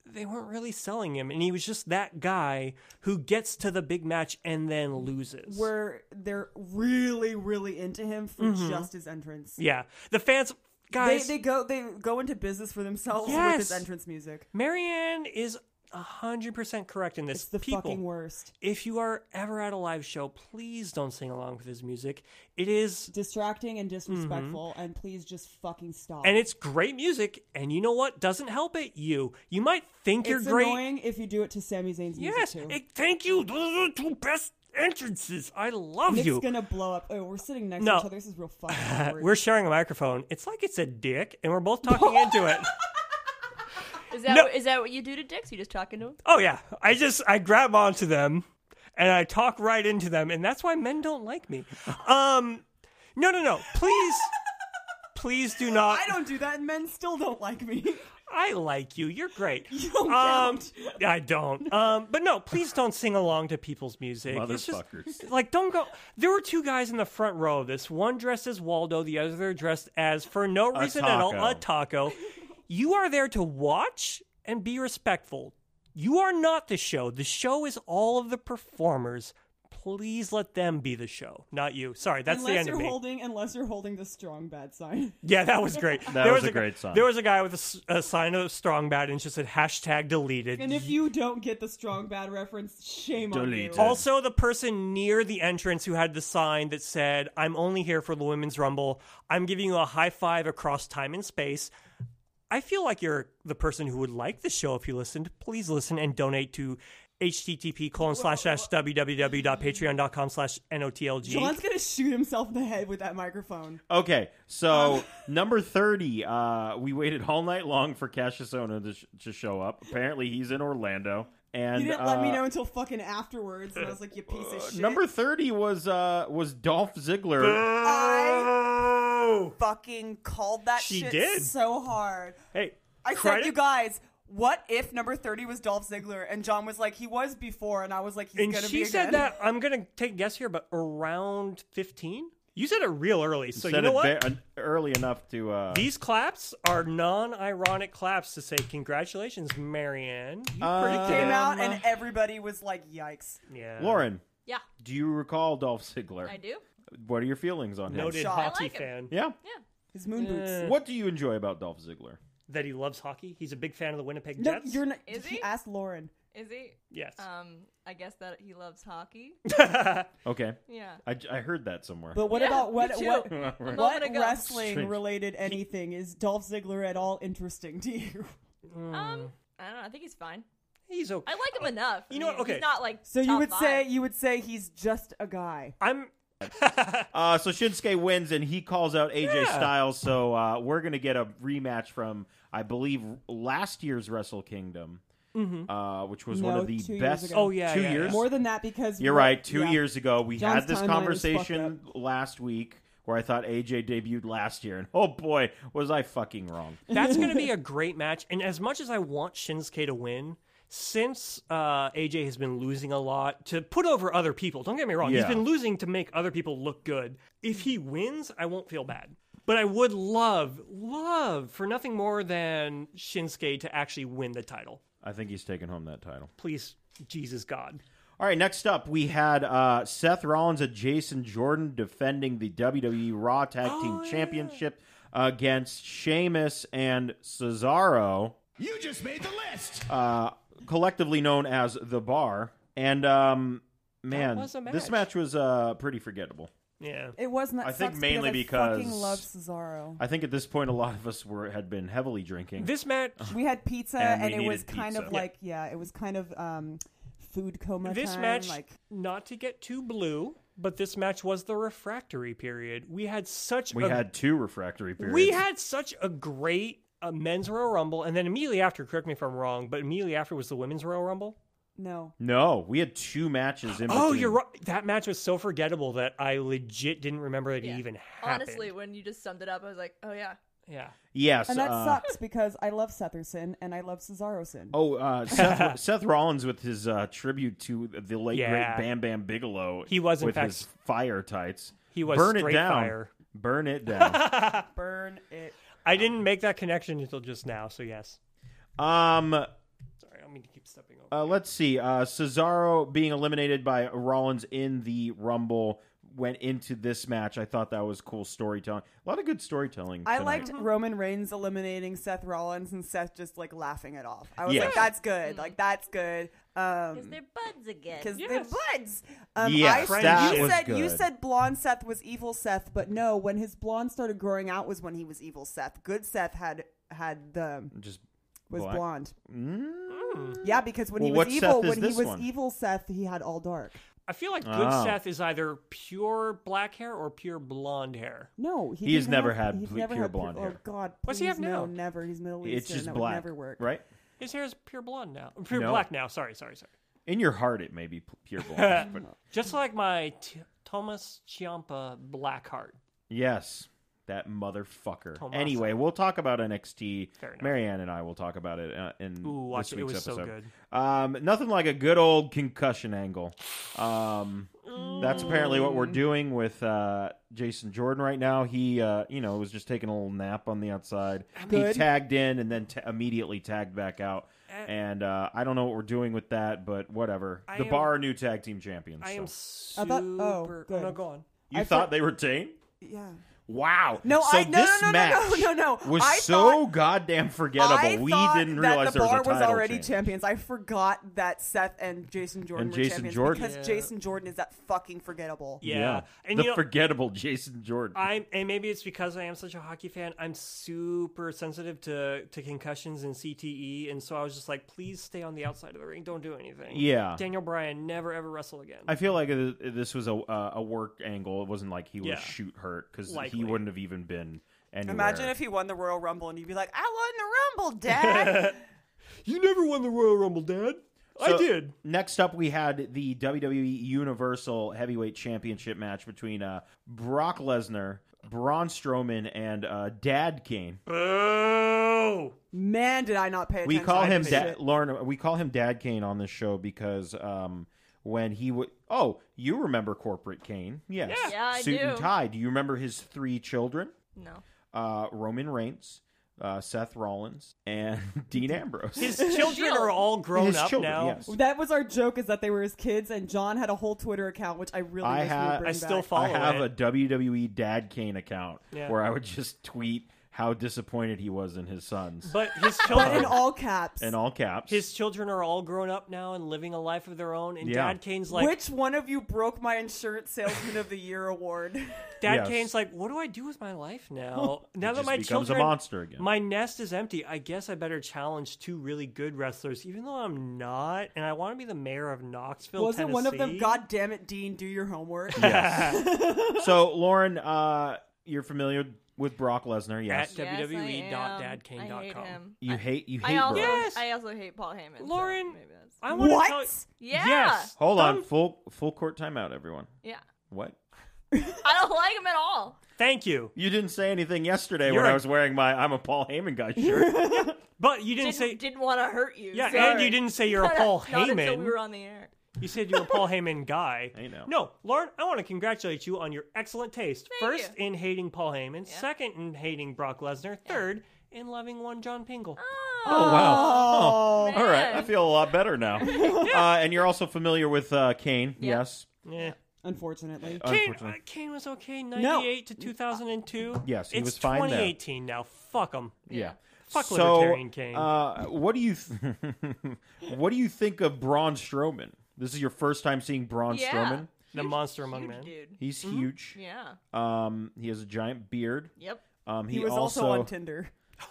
they weren't really selling him, and he was just that guy who gets to the big match and then loses.
where they're really, really into him for just his entrance.
yeah, the fans,
They,
Mm-hmm. guys,
they go they go into business for themselves with
Yes.
his entrance music.
Marianne is 100% correct in this.
It's the
People,
fucking worst.
if you are ever at a live show, please don't sing along with his music. It is,
Distracting and disrespectful, and please just fucking stop.
Mm-hmm. and it's great music, and you know what? Doesn't help it, you. You might think you're
It's
great.
annoying if you do it to Sami Zayn's music
yes,
too.
it- thank you. Those are the two best entrances. I love
Nick's
you.
gonna blow up. Oh, we're sitting next
No.
to each other. This is real fucking
<laughs>
awkward.
We're sharing a microphone. It's like it's a dick, and we're both talking
<laughs>
into it.
is that
No.
what, is that what you do to dicks? You just talking to him?
Oh yeah, I just I grab onto them and I talk right into them, and that's why men don't like me. Um, no, no, no, please, please do not.
I don't do that, and men still don't like me.
I like you. You're great. You
don't
um,
count.
I don't. Um, but no, please don't sing along to people's music. It's just-
Motherfuckers.
like, don't go. There were two guys in the front row of this. One dressed as Waldo. The other dressed as, for no reason at all, a taco. You are there to watch and be respectful. You are not the show. The show is all of the performers. please let them be the show, not you. Sorry, that's
unless
the end
you're
of me.
holding, unless you're holding the strong bad sign. <laughs>
Yeah, that was great. That
was a great sign.
There was a guy with a s- a, sign of strong bad and it just said hashtag deleted.
And if you don't get the strong bad reference, shame
Delete
on
it.
you.
also, the person near the entrance who had the sign that said, I'm only here for the Women's Rumble, I'm giving you a high five across time and space. I feel like you're the person who would like the show if you listened. Please listen and donate to http colon slash slash www.patreon.com slash notlg.
John's gonna shoot himself in the head with that microphone.
Okay,
Um,
so <laughs> number thirty, uh, we waited all night long for Cassius Ono to, sh- to show up. Apparently, he's in Orlando, and
You didn't let me
uh,
know until fucking afterwards, and I was like, "You piece
Uh,
of shit."
Number thirty was uh, was Dolph Ziggler.
I fucking called that
She
shit
did.
so hard.
Hey,
I
credit-
said, "You guys." What if number 30 was Dolph Ziggler? And John was like, he was before. And I was like, he's
And
going to be
she said
again.
that I'm gonna take a guess here, but around 15. You said it real early, <laughs> so you
Said
know
it
what?
ba- early enough to uh,
These claps are non-ironic claps to say congratulations, Marianne. You
Uh,
predicted
Came
it.
out and everybody was like, yikes.
yeah.
Lauren.
Yeah,
Do you recall Dolph Ziggler?
I do.
What are your feelings on him?
noted
shocked. I
hockey
like
fan
him.
Yeah.
Yeah.
His
Uh,
moon boots.
<laughs> What do you enjoy about Dolph Ziggler?
that he loves hockey. He's a big fan of the Winnipeg
No,
Jets.
you're Uh, not.
Is
he?
he?
asked Lauren.
Is he?
Yes.
Um, I guess that he loves
<laughs>
hockey.
Okay.
Yeah.
I, I heard that somewhere.
<laughs> But what
Yeah,
about
me
what
too.
what
A moment
what
ago.
wrestling
Strange.
related anything is Dolph Ziggler at all interesting to you? <laughs>
Uh.
Um, I don't know. I think he's fine.
He's okay.
I like him enough.
You
I
know what?
mean,
Okay.
He's not like.
So you
top
would
five.
say you would say he's just a guy.
I'm
Uh, so Shinsuke wins and he calls out AJ
Yeah.
Styles. So uh, we're going to get a rematch from, I believe, last year's Wrestle Kingdom, uh, which was one
Mm-hmm. No,
of the
two years
best.
ago. Oh,
yeah,
Two
yeah, yeah.
years.
More than that because
You're
what-
right. Two
yeah.
years ago, we
John's
had this
timeline is fucked
conversation last week where I thought AJ debuted last year. And <laughs> oh boy, was I fucking wrong.
That's going
<laughs>
to be a great match. And as much as I want Shinsuke to win, since uh, AJ has been losing a lot to put over other people, don't get me wrong,
Yeah.
he's been losing to make other people look good. If he wins, I won't feel bad. But I would love, love for nothing more than Shinsuke to actually win the title.
I think he's taking home that title.
Please, Jesus God.
All right, next up we had uh, Seth Rollins and Jason Jordan defending the WWE Raw Tag
Oh,
Team Championship against Sheamus and Cesaro,
You just made the list.
uh, collectively known as the Bar. And um, man,
was a
this match
match.
was uh, pretty forgettable.
Yeah.
It was not.
I think
sucks
mainly
because, I
because-
fucking love Cesaro.
I think at this point a lot of us were had been heavily drinking.
This match,
Uh-huh.
We had pizza
And
and,
we
it was
needed
kind
pizza.
of like yeah, it was kind of um food coma.
this
time,
match,
like
not to get too blue, but this match was the refractory period. We had such
we
a
had two refractory periods.
uh, We had such a great uh, men's Royal Rumble, and then immediately after, correct me if I'm wrong, but immediately after was the women's Royal Rumble.
no.
no, we had two matches in.
Oh,
between.
you're right. That match was so forgettable that I legit didn't remember that
Yeah.
it even happened.
Honestly, when you just summed it up, I was like, oh yeah.
yeah.
Yes,
And that
uh,
sucks because I love Setherson and I love Cesaroson.
Oh, uh,
<laughs>
Seth, Seth Rollins with his uh, tribute to the late
Yeah.
great Bam Bam Bigelow.
He was, in
with
fact-
his fire tights.
He was
burn it
straight
down.
fire.
Burn it
<laughs>
down.
Burn it.
Oh.
I didn't make that connection until just now. So yes,
um, uh,
sorry. I don't mean to keep stepping over.
let's see. Uh, Cesaro being eliminated by Rollins in the Rumble went into this match. I thought that was cool storytelling. A lot of good storytelling.
I
tonight.
liked Roman Reigns eliminating Seth Rollins and Seth just like laughing it off. I was
Yes.
like, that's good. Like, that's good.
Because
Um,
they're buds again.
because
Yes.
they're buds. Um,
Yes,
I,
that
you
was
said you
good.
said blonde Seth was evil Seth, but no, when his blonde started growing out was when he was evil Seth. Good Seth had had the
just
was
Black. Mm.
blonde. Yeah, because when
Well, what
he was
Seth
evil,
is
when he
this
was
one?
evil Seth, he had all dark.
I feel like Good
Oh.
Seth is either pure black hair or pure blonde hair.
No, he,
He has
didn't
never
have-
had
he's
blue-
never
pure
had
blonde
Oh
hair.
God,
What's he
please,
have now?
No, never. He's Middle Eastern.
it's just
that
black,
would never work.
right?
His hair is pure blonde now. Pure
No.
black now. Sorry, sorry, sorry.
In your heart, it may be p-
<laughs>
pure blonde, but
Just like my T- Thomas Ciampa black heart.
yes, that motherfucker.
Tommaso.
Anyway, we'll talk about NXT.
Fair enough.
Marianne and I will talk about it uh, in
Ooh, watch
this
it. It
week's
was so
episode.
good.
Um, nothing like a good old concussion angle. Um, that's apparently what
Mm.
we're doing with uh, Jason Jordan right now. He, uh, you know, was just taking a little nap on the outside. He
Good.
tagged in and then t- immediately tagged back out. And uh, I don't know what we're doing with that, but whatever.
Eh. I
the
am-
bar are new tag team champions.
I am
so.
super.
I thought- oh, good.
no, go on.
You
I
thought
thought-
they retained?
Yeah.
Wow.
No,
so
I- no,
this
no, no, no,
match
no, no, no.
was
I
so
thought-
goddamn forgettable.
I
we
thought
didn't
that
realize
the
there was a
bar
title
was already
change.
champions. I forgot that Seth and Jason Jordan
And
were
Jason
champions
Jordan.
because
Yeah.
Jason Jordan is that fucking forgettable.
Yeah, and
the
you know,
forgettable Jason Jordan.
I'm and maybe it's because I am such a hockey fan. I'm super sensitive to to concussions and CTE, and so I was just like, please stay on the outside of the ring. Don't do anything.
Yeah.
Daniel Bryan never ever wrestle again.
I feel like uh, this was a uh, a work angle. It wasn't like he was
Yeah.
shoot hurt because he
Likely.
wouldn't have even been anywhere.
Imagine if he won the Royal Rumble and you'd be like, "I won the Rumble, Dad."
<laughs>
you never won the Royal Rumble, Dad. I
So,
did.
Next up, we had the WWE Universal Heavyweight Championship match between uh, Brock Lesnar, Braun Strowman, and uh, Dad Kane.
Boo!
Man, did I not pay
we
attention.
call
I
him
missed
Dad.
it.
Lauren, we call him Dad Kane on this show because um, when he would, oh, you remember Corporate Kane? Yes,
Yeah. Yeah, I
suit and
do.
tie. Do you remember his three children?
No.
uh, Roman Reigns, uh, Seth Rollins, and <laughs> Dean Ambrose. <laughs>
His children
Shield.
are all grown
His
up
children,
now.
yes.
That was our joke is that they were his kids, and John had a whole Twitter account, which I really
I
wish we
ha-
would bring
I still
back.
I
follow
have
it.
a WWE Dad Kane account
Yeah.
where I would just tweet how disappointed he was in his sons
But his
<laughs>
but
children,
in all caps.
in all caps.
his children are all grown up now and living a life of their own. And
Yeah.
Dad Kane's like,
Which one of you broke my insurance salesman of the
<laughs>
year award?
Dad
Yes.
Kane's like, what do I do with my life now? now that
just
my
becomes a
children,
monster again.
my nest is empty. I guess I better challenge two really good wrestlers, even though I'm not, and I want to be the mayor of Knoxville,
Wasn't one of them?
Tennessee."
God damn it, Dean, do your homework.
yes. <laughs> so Lauren, uh, you're familiar with Brock Lesnar, yes.
At- E WWE.dadkane.com.
I hate him.
you hate you
I
hate
also,
Brock.
Yes.
I also hate Paul Heyman. so
Lauren-
maybe that's-
I want
What?
to tell.
Yeah.
Yes.
Hold on,
Dumb-
full full court timeout, everyone.
Yeah.
What?
I don't like him at all.
Thank you,
You didn't say anything yesterday
You're
when I
a-
was wearing my I'm a Paul Heyman
<laughs>
guy shirt.
but you didn't
Didn't,
say.
didn't want to hurt you.
yeah,
sorry.
and you didn't say you're a
Not-
Paul
Not until
Heyman.
we were on the air.
You said you're a
<laughs>
Paul Heyman guy.
I know.
No, Lauren, I want to congratulate you on your excellent taste.
Thank
First, in hating Paul Heyman. Second, in hating Brock Lesnar. Third, in loving one John Pingle.
Ah.
Oh wow!
Oh,
all right, I
man.
feel a lot better now. uh, and you're also familiar with uh, Kane,
Yeah.
yes?
Yeah.
<laughs> Unfortunately.
Kane, uh,
Unfortunately. Uh,
Kane was okay,
No.
98 to 2002.
Yes, he
it's
was fine there.
2018 now. Fuck him.
Yeah.
Fuck
so,
libertarian Kane. <laughs>
Uh, what do you th- <laughs> what do you think of Braun Strowman? This is your first time seeing Braun
Yeah.
Strowman.
the monster among
Huge
men. Uh,
dude.
He's huge.
Yeah.
Um, he has a giant beard.
Yep.
Um, he,
He, was also,
also,
on Tinder.
Oh,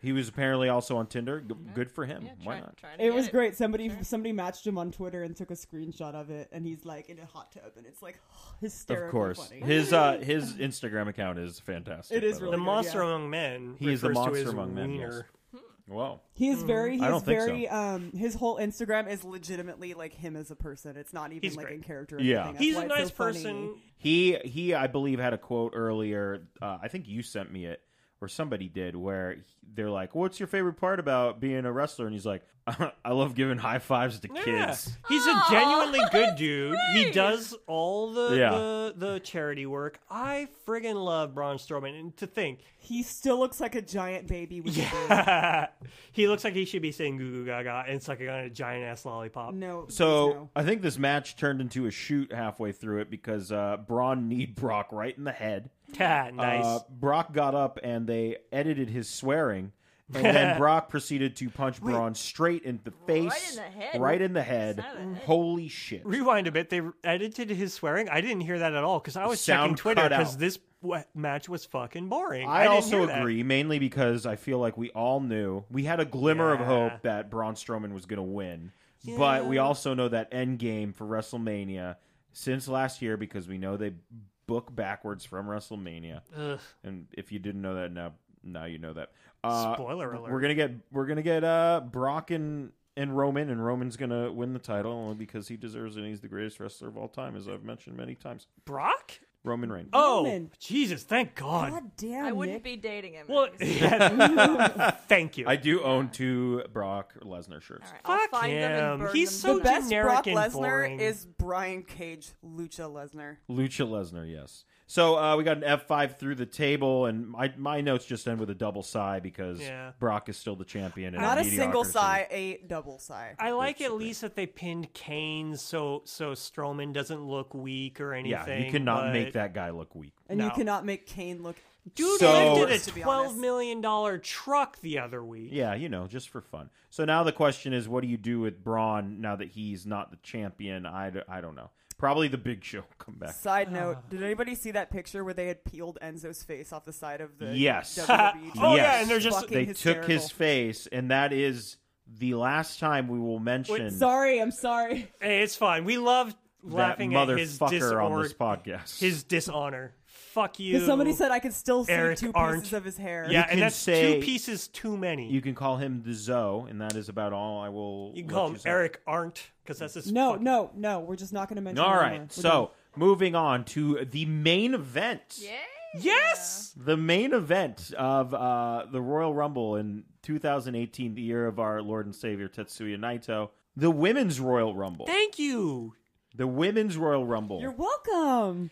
he was apparently also on Tinder. G- Good for him. Why
Try-
not?
trying to
It
get
was great. Somebody somebody matched him on Twitter and took a screenshot of it, and he's like in a hot tub, and it's like <sighs> hysterically
Of course,
funny.
his
<laughs>
uh, his Instagram account is fantastic.
It is
by the
The
really-
way.
monster
yeah.
among men.
He is the
refers to
monster
his
among men,
wiener.
yes. Wow.
He
Mm-hmm.
is very. He
I
is
don't think
very.
so.
Um, his whole Instagram is legitimately like him as a person. It's not even
He's
like
great.
in character. Or
Yeah.
anything. That's
He's
why
a
it's so
nice
funny.
person.
He he, I believe, had a quote earlier. Uh, I think you sent me it, or somebody did, where he- they're like, "What's your favorite part about being a wrestler?" And he's like, <laughs> "I love giving high fives to kids."
<laughs>
Yeah. He's a
Aw,
genuinely good
that's
dude. He
great.
does all the,
Yeah.
the the charity work. I friggin' love Braun Strowman. And to think,
He still looks like a giant baby. With yeah.
<laughs> he looks like he should be saying goo goo gaga and sucking on a giant ass lollipop.
<laughs>
No.
So
please no.
I think this match turned into a shoot halfway through it because uh, Braun kneed Brock right in the head.
Ha, nice.
Uh, Brock got up and they edited his swearing. and then
<laughs>
Brock proceeded to punch Braun straight in the face,
in the head.
right in the head.
Side of the head.
Holy shit!
Rewind a bit. They edited his swearing. I didn't hear that at all because I was
Sound
checking Twitter
cut out.
because this w- match was fucking boring.
I,
didn't
also
hear that.
agree, mainly because I feel like we all knew we had a glimmer of
Yeah.
hope that Braun Strowman was going to win, but we also know that Endgame for WrestleMania since last year because we know they book backwards from WrestleMania, and if you didn't know that now, now you know that. Uh,
Spoiler alert.
We're gonna get we're gonna get uh, Brock and. And Roman, and Roman's gonna win the title only because he deserves it. and He's the greatest wrestler of all time, as I've mentioned many times.
Brock?
Roman Reigns.
Oh,
Roman.
Jesus! Thank God.
God damn,
I wouldn't
Nick.
be dating him.
Well,
All <laughs>
<laughs> thank you.
I do own two Brock Lesnar shirts.
right, I'll
Fuck
find them and
him.
burn
He's
them
so
both.
the best
generic
Brock
and boring.
Lesnar is Brian Cage Lucha Lesnar.
Lucha Lesnar, yes. So uh, we got an F five through the table, and my my notes just end with a double sigh because
Yeah.
Brock is still the champion. And
Not a single
mediocrity.
sigh, a double sigh.
I like at least that they pinned Kane so so Strowman doesn't look weak or
Yeah,
anything.
you cannot
but-
make that guy look weak.
and you
no.
cannot make Kane look.
Dude
So-
lifted
To
a
be
twelve
honest.
million dollar truck the other week.
Yeah, you know, just for fun. So now the question is, what do you do with Braun now that he's not the champion? I, d- I don't know. Probably the Big Show <laughs> will come back.
Uh.
Side note: Did anybody see that picture where they had peeled Enzo's face off the side of the? E
Yes.
WWE?
<laughs> Oh, yeah,
Yes.
and they're just-
Fucking
They took his
hysterical.
face, and that is the last time we will mention
Sorry, I'm sorry.
Hey, it's fine. We love
that
laughing at his
motherfucker on this
dishonor.
podcast.
His dishonor. Fuck you.
Because somebody said I could still see
Eric
two
Arndt.
pieces of his hair.
Yeah,
can
and that's
say-
two pieces too many.
you can call him the Zoe, and that is about all I will.
You can
let
call him
say.
Eric Arndt because that's his.
No,
fucking-
no, no. We're just not going to mention.
All
it
right,
anymore. We're
so moving on to the main event.
Yay!
Yes.
The main event of uh, the Royal Rumble in 2018, the year of our Lord and Savior Tetsuya Naito, the Women's Royal Rumble.
Thank you.
the Women's Royal Rumble.
done. You're welcome.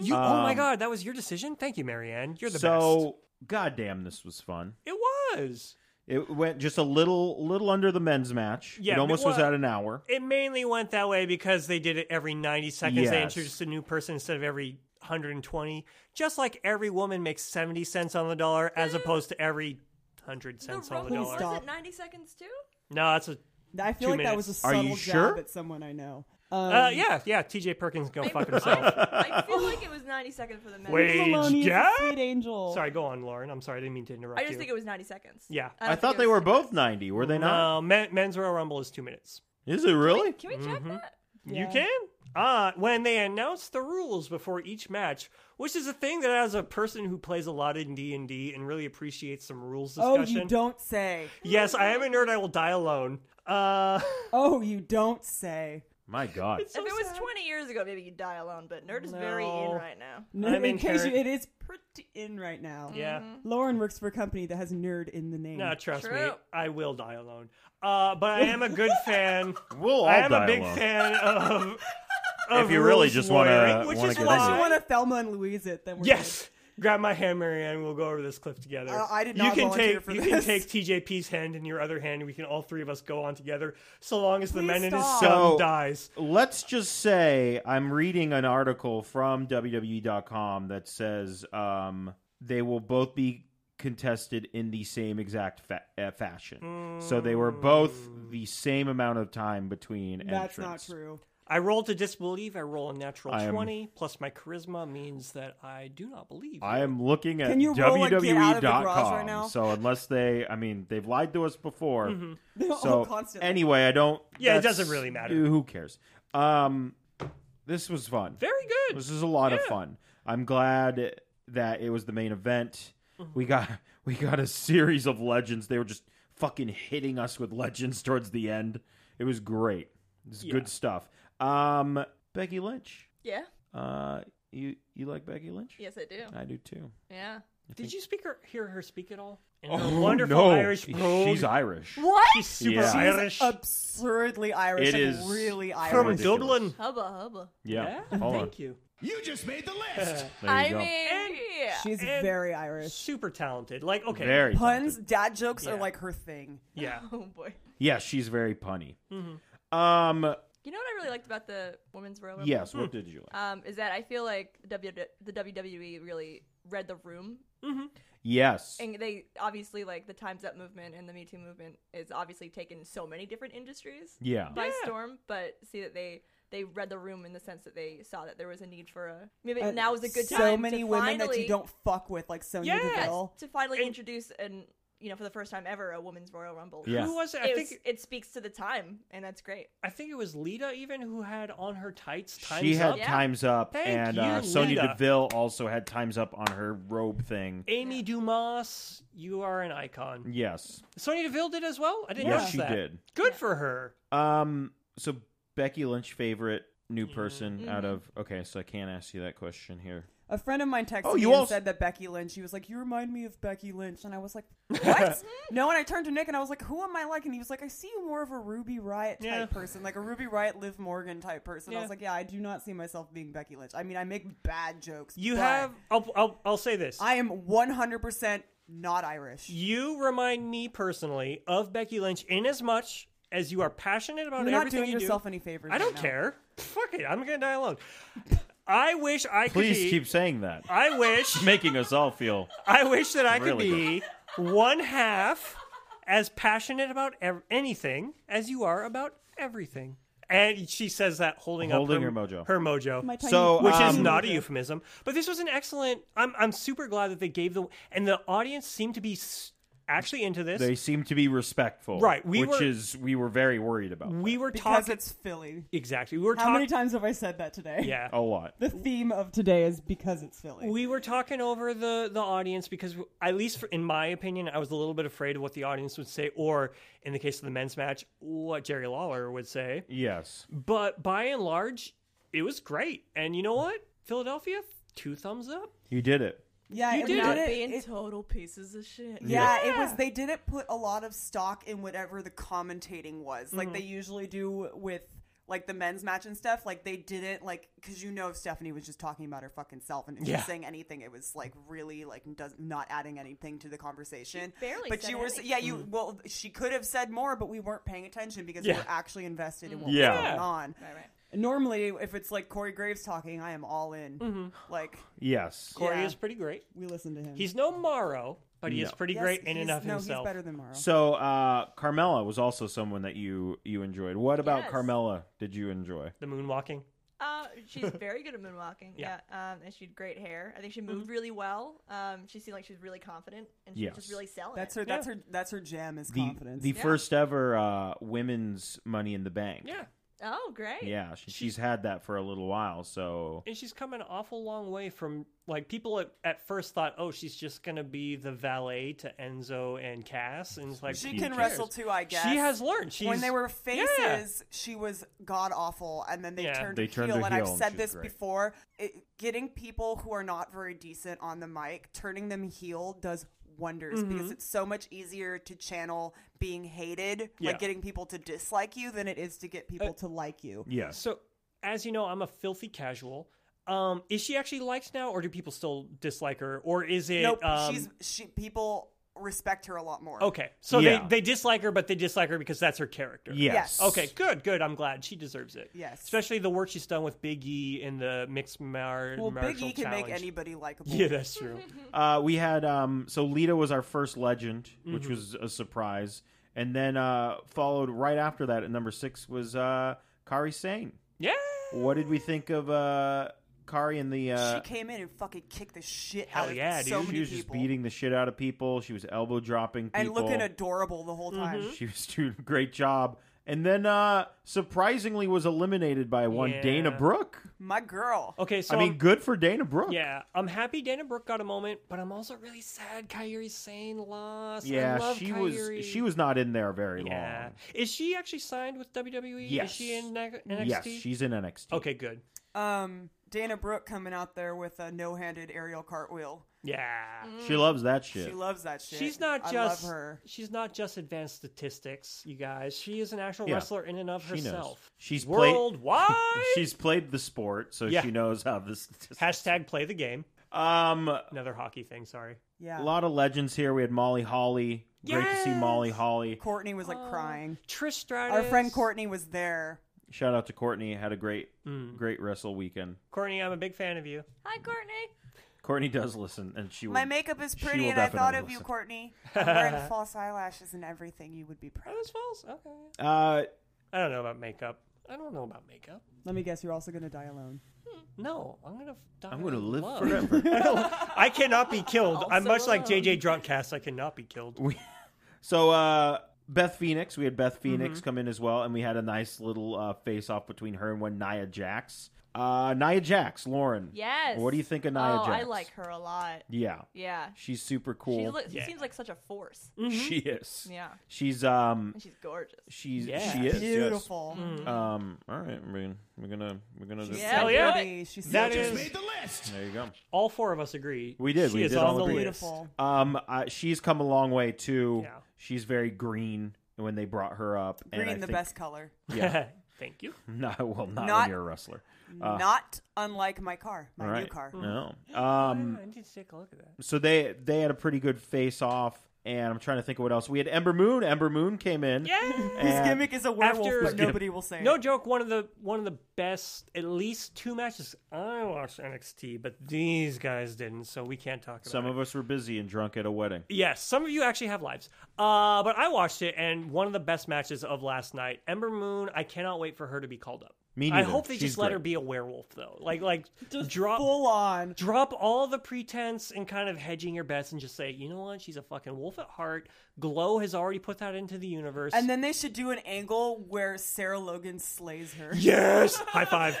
You. oh my God, that was your decision. Thank you, Marianne. You're the
so, goddamn, this was fun.
best. It was.
It went just a little, little under the men's match.
Yeah,
it almost
it
was
was.
at an hour.
It mainly went that way because they did it every 90 seconds. They
Yes.
introduced a new person instead of every 120. Just like every woman makes 70 cents on the dollar as opposed to every 100
The
cents on the
rumble
dollar.
was
stop.
it 90 seconds
<laughs>
too?
No, that's a.
I feel
Two
like that was a
minutes.
Are
subtle
you
jab
sure?
at someone I know. Um,
Uh, yeah, yeah. TJ Perkins go fuck himself.
I feel like it was 90 seconds for the men.
Wait.
Maloney is a
jab?
sweet angel.
sorry, go on, Lauren. I'm sorry. I didn't mean to interrupt
I just
you.
think it was 90 seconds.
Yeah.
don't
I
think
thought
it
they
was
were both 90. Were they not?
No, Uh, men, men's Royal Rumble is two minutes.
Is it really?
Can we check
Mm-hmm.
that?
You
Yeah.
can? Uh, when they announce the rules before each match, which is a thing that as a person who plays a lot in D&D and really appreciates some rules
Oh,
discussion.
you don't say.
Yes, I am a nerd. I will die alone. Uh,
Oh, you don't say.
My God.
If it was 20 years ago, maybe you'd die alone, but Nerd is very in
No.
right now.
No,
I'm
in case you, it
inherent-
is pretty in right now.
yeah,
Lauren works for a company that has nerd in the name.
<laughs> no, trust me,
True.
I will die alone. Uh, but I am
<laughs>
a good fan.
We'll all
I am
die
a big
alone.
fan of. of
If you really
rules
just wanna-
lawyering, which
wanna
is
get
why.
Unless you want to Thelma and Louise it, then we're
Yes, grab my hand, Marianne. We'll go over this clip together.
Uh, I did
You
not
can
volunteer
take
for
you
this.
can take TJP's hand and your other hand. and We can all three of us go on together, so long as the
Please
man in his
stop.
son
So-
dies.
Let's just say I'm reading an article from WWE.com that says um, they will both be contested in the same exact fa- uh, fashion. So they were both the same amount of time between
good. That's not
entrants.
true. <laughs>
I roll to disbelieve. I roll a natural
I am-
twenty plus my charisma means that I do not believe.
I am looking at
Can you roll a get out of the garage
WWE.com.
right now?
So unless they, I mean, they've lied to us before.
<laughs> Oh,
So
constantly.
anyway, I don't.
Mm-hmm. Yeah, it
that's-
doesn't really matter.
Who cares? Um, this was fun.
Very <laughs> good.
This is a lot of fun. I'm glad that it was the main event. We got <laughs> we got a series of legends. They were just fucking hitting us with legends <laughs> towards the end. It was great. It's
Yeah.
good stuff. Um, Becky Lynch.
Yeah.
Uh, you you like Becky Lynch?
Yes, I do.
I do too.
Yeah.
Did you speak her, hear her speak at all? In
Oh,
her wonderful Irish brogue.
Oh, She's Irish.
What?
She's super
Yeah.
<laughs>
Irish.
Absurdly
It
Irish. like,
is
really Irish.
from
ridiculous.
Dublin.
Hubba hubba.
Yeah.
Yeah,
Hold on.
Thank you.
You just made the list.
There you
I
go.
mean, yeah.
She's
and-
very Irish.
Super talented. Like, okay.
Very
Puns, dad jokes are
Yeah.
like her thing.
Yeah.
Oh boy.
Yeah, she's very punny. Um,
You know what I really liked about the women's Royal Rumble?
yes. What did you like?
Um, is that I feel like w- the WWE really read the room,
Yes.
and they obviously like the Times Up movement and the Me Too movement is obviously taken so many different industries
Yeah.
by storm. But see that they they read the room in the sense that they saw that there was a need for a maybe
And
now is a good
Uh, so
time.
So many
to
women that
finally-
you don't fuck with, like Sonya
Yes.
Deville.
to finally
And-
introduce and you know for the first time ever a women's Royal Rumble.
Yeah.
Who was it? I
It,
think
was- it speaks to the time, and that's great.
I think it was Lita even who had on her tights. Times
she had
up.
Yeah.
times up,
Thank
and
you,
uh, Sonia
Lita.
Deville also had times up on her robe thing.
Amy Dumas, you are an icon.
Yes,
Sonya Deville did as well. I didn't
yes,
notice
she
that.
did.
Good for her.
Um, so Becky Lynch favorite new
Mm-hmm.
person out of. Okay, so I can't ask you that question here.
A friend of mine texted
Oh,
me
you
and
also-
said that Becky Lynch. She was like, "You remind me of Becky Lynch," and I
<laughs>
was like, "What?" no, and I turned to Nick and I was like, "Who am I like?" And he was like, "I see you more of a Ruby Riot type
Yeah.
person, like a Ruby Riot, Liv Morgan type person." I
Yeah.
was like, "Yeah, I do not see myself being Becky Lynch. I mean, I make bad jokes.
You
but
have. I'll, I'll, I'll say this.
I am one hundred percent not Irish.
you remind me personally of Becky Lynch in as much as you are passionate about
You're not
everything
doing
you
yourself
do.
any favors.
I don't
right now.
care. Fuck it. I'm gonna die alone. I wish I could
Please
be-
keep saying that. <laughs>
I wish.
Making us all feel.
I wish that I could
Really
be one half as passionate about ev- anything as you are about everything. And she says that holding,
Holding
up
her mojo.
Her mojo.
My tiny-
So,
which is
Um,
not a euphemism, but this was an excellent. I'm I'm super glad that they gave the and the audience seemed to be s- actually into
<laughs>
this.
They seem to be respectful.
Right, we
which
were-
is we were very worried about.
we were
because
talking
it's Philly.
exactly. We were
How many
talking.
times have I said that today?
Yeah,
a
<laughs>
lot.
The theme of today is because it's Philly.
we were talking over the the audience because w- at least for, in my opinion i was a little bit afraid of what the audience would say or in the case of the men's match what jerry lawler would say
Yes.
but by and large it was great and you know what philadelphia two thumbs up
You did it.
yeah,
You
and
did
we
it.
did
being
it-
total pieces of shit.
Yeah, it was. They didn't put a lot of stock in whatever the commentating was, like
Mm-hmm.
they usually do with like the men's match and stuff. Like they didn't like because you know Stephanie was just talking about her fucking self, and if
Yeah.
she's saying anything, it was like really like does not adding anything to the conversation.
barely
but
said
you were
anything.
yeah, you well she could have said more, but we weren't paying attention because
Mm. Yeah.
we were actually invested in what
Yeah.
was going on.
Right, right.
Normally, if it's like Corey Graves talking, I am all in.
Mm-hmm.
Like
Yes.
corey
Yeah.
is pretty great
we listen to him.
he's no morrow but he is
No.
pretty
Yes,
great in and
he's-
of
no,
himself
He's better than Morrow.
So uh Carmela was also someone that you you enjoyed. What about
Yes.
Carmela did you enjoy?
the moonwalking
Uh, she's very good at moonwalking.
Yeah. Mm-hmm.
Yeah. Um, and she had great hair. I think she moved really well. Um, she seemed like she was really confident and she
Yes.
was just really selling.
That's
it.
her. That's her. That's her jam. Is
The
confidence.
the
Yeah.
first ever uh women's money in the bank.
yeah
Oh, great.
Yeah, she, she's had that for a little while, so
and she's come an awful long way from like people at, at first thought oh she's just gonna be the valet to enzo and cass and it's like
she
who
can
cares?
wrestle too. I guess
She has learned. She's,
when they were
Yeah.
faces, she was god awful, and then they
Yeah.
turned
They
heel.
turned her
and
heel
I've
and
said
she's
this
great.
before: it, getting people who are not very decent on the mic, turning them heel, does wonders because it's so much easier to channel being hated,
Yeah. Uh,
like getting people to dislike you, than it is to get people to like you.
yes.
So, as you know, I'm a filthy casual. Um, is she actually liked now, or do people still dislike her, or is it?
nope,
um,
she's she. People respect her a lot more.
okay. So
Yeah.
they they dislike her, but they dislike her because that's her character.
Yes.
Yes.
Okay. Good. Good. I'm glad she deserves it.
Yes.
Especially the work she's done with Big E in the mixed mar-
Well, Big
martial
E can
challenge.
make anybody likable.
<laughs> Yeah,
<laughs>
that's true.
Uh, we had um, so Lita was our first legend, which was a surprise, and then uh, followed right after that at number six was uh, Kari Sane.
yeah.
What did we think of uh, Kari and the? Uh,
she came in and fucking kicked the shit
Hell
out of
yeah,
so
dude.
she
many
was just
people.
beating the shit out of people. She was elbow dropping people
and looking adorable the whole time.
Mm-hmm.
She was <laughs> doing a great job, and then uh, surprisingly was eliminated by one
Yeah.
Dana Brooke.
My girl.
Okay. So
I mean,
I'm-
good for Dana Brooke.
Yeah, I'm happy Dana Brooke got a moment, but I'm also really sad Kyrie Sane lost. I
Yeah,
love
she
Kyrie.
was she was not in there very
Yeah.
long.
Is she actually signed with WWE?
Um, Yes.
Is she in N- NXT?
Yes, she's in NXT.
Okay, good.
Um, Dana Brooke coming out there with a no-handed aerial cartwheel.
Yeah.
She loves that shit.
She loves that shit.
She's not
I
just
love her.
she's not just advanced statistics, you guys. She is an actual
Yeah.
wrestler in and of
She knows.
herself.
She's played-
worldwide.
<laughs> She's played the sport, so
Yeah.
she knows how this. <laughs>
Hashtag play the game.
Um, a
Another hockey thing. Sorry.
Yeah.
lot of legends here. We had Molly Holly. Great to see
Yes!
Molly Holly.
Courtney was
Oh,
like crying.
Trish Stratus.
Our friend Courtney was there.
Shout out to Courtney. Had a great,
Mm.
great wrestle weekend.
Courtney. I'm a big fan of you.
Hi, Courtney.
Courtney does listen, and she. Will,
My makeup is
she
pretty,
will
and I thought
definitely
of you,
listen.
<laughs>
Courtney. I'm wearing false eyelashes and everything. You would be
Are
proud.
those false? Okay.
Uh,
I don't know about makeup. I don't know about makeup.
Let me guess. You're also gonna die alone.
No, I'm gonna. Die
I'm gonna
in
live
love.
forever.
<laughs> I cannot be <laughs> killed. I'm
Also
much like
alone.
JJ Drunkcast. I cannot be killed.
so, uh, Beth Phoenix.
Mm-hmm.
We had Beth Phoenix come in as well, and we had a nice little uh, face off between her and one Nia Jax. Uh, Nia Jax, Lauren.
Yes.
What do you think of Nia
oh,
Jax?
I like her a lot.
Yeah.
Yeah.
She's super cool.
She lo-
Yeah.
seems like such a
<laughs>
force.
She is.
Yeah.
She's um
And she's gorgeous.
she's
Yeah.
she is yes.
Beautiful.
Mm.
Um all right, we're, we're gonna we're gonna
She's
just,
Oh, Yeah.
so
you know
pretty. She's so
That
pretty.
is-
Made the list.
there you go.
All four of us agree.
We did,
She
we
is
did
on
all
the
agree.
list. <laughs>
beautiful.
Um, uh, she's come a long way too.
Yeah.
She's very green when they brought her up. and I
Green, the
think-
best color.
Yeah.
Thank you.
no, well, <laughs> not, when
Not-
you're a wrestler.
Not unlike my car, my
All right.
new car.
No. Um,
I need to take a look at that.
so they they had a pretty good face off, and I'm trying to think of what else. We had Ember Moon. Ember Moon came in.
Yeah.
His
and-
gimmick is a werewolf,
After-
but nobody will say
No
it.
joke. One of the one of the best, at least two matches I watched NXT, but these guys didn't, so we can't talk about.
Some
it.
of us were busy and drunk at a wedding.
Yes, some of you actually have lives. Uh, but I watched it, and one of the best matches of last night, Ember Moon. I cannot wait for her to be called up.
Me
I
neither.
hope they
She's
just let
great.
her be a werewolf, though. Like, like drop
Full on.
drop all the pretense and kind of hedging your bets, and just say, you know what, she's a fucking wolf at heart. Glow has already put that into the universe.
And then they should do an angle where Sarah Logan slays her. <laughs>
yes, high five.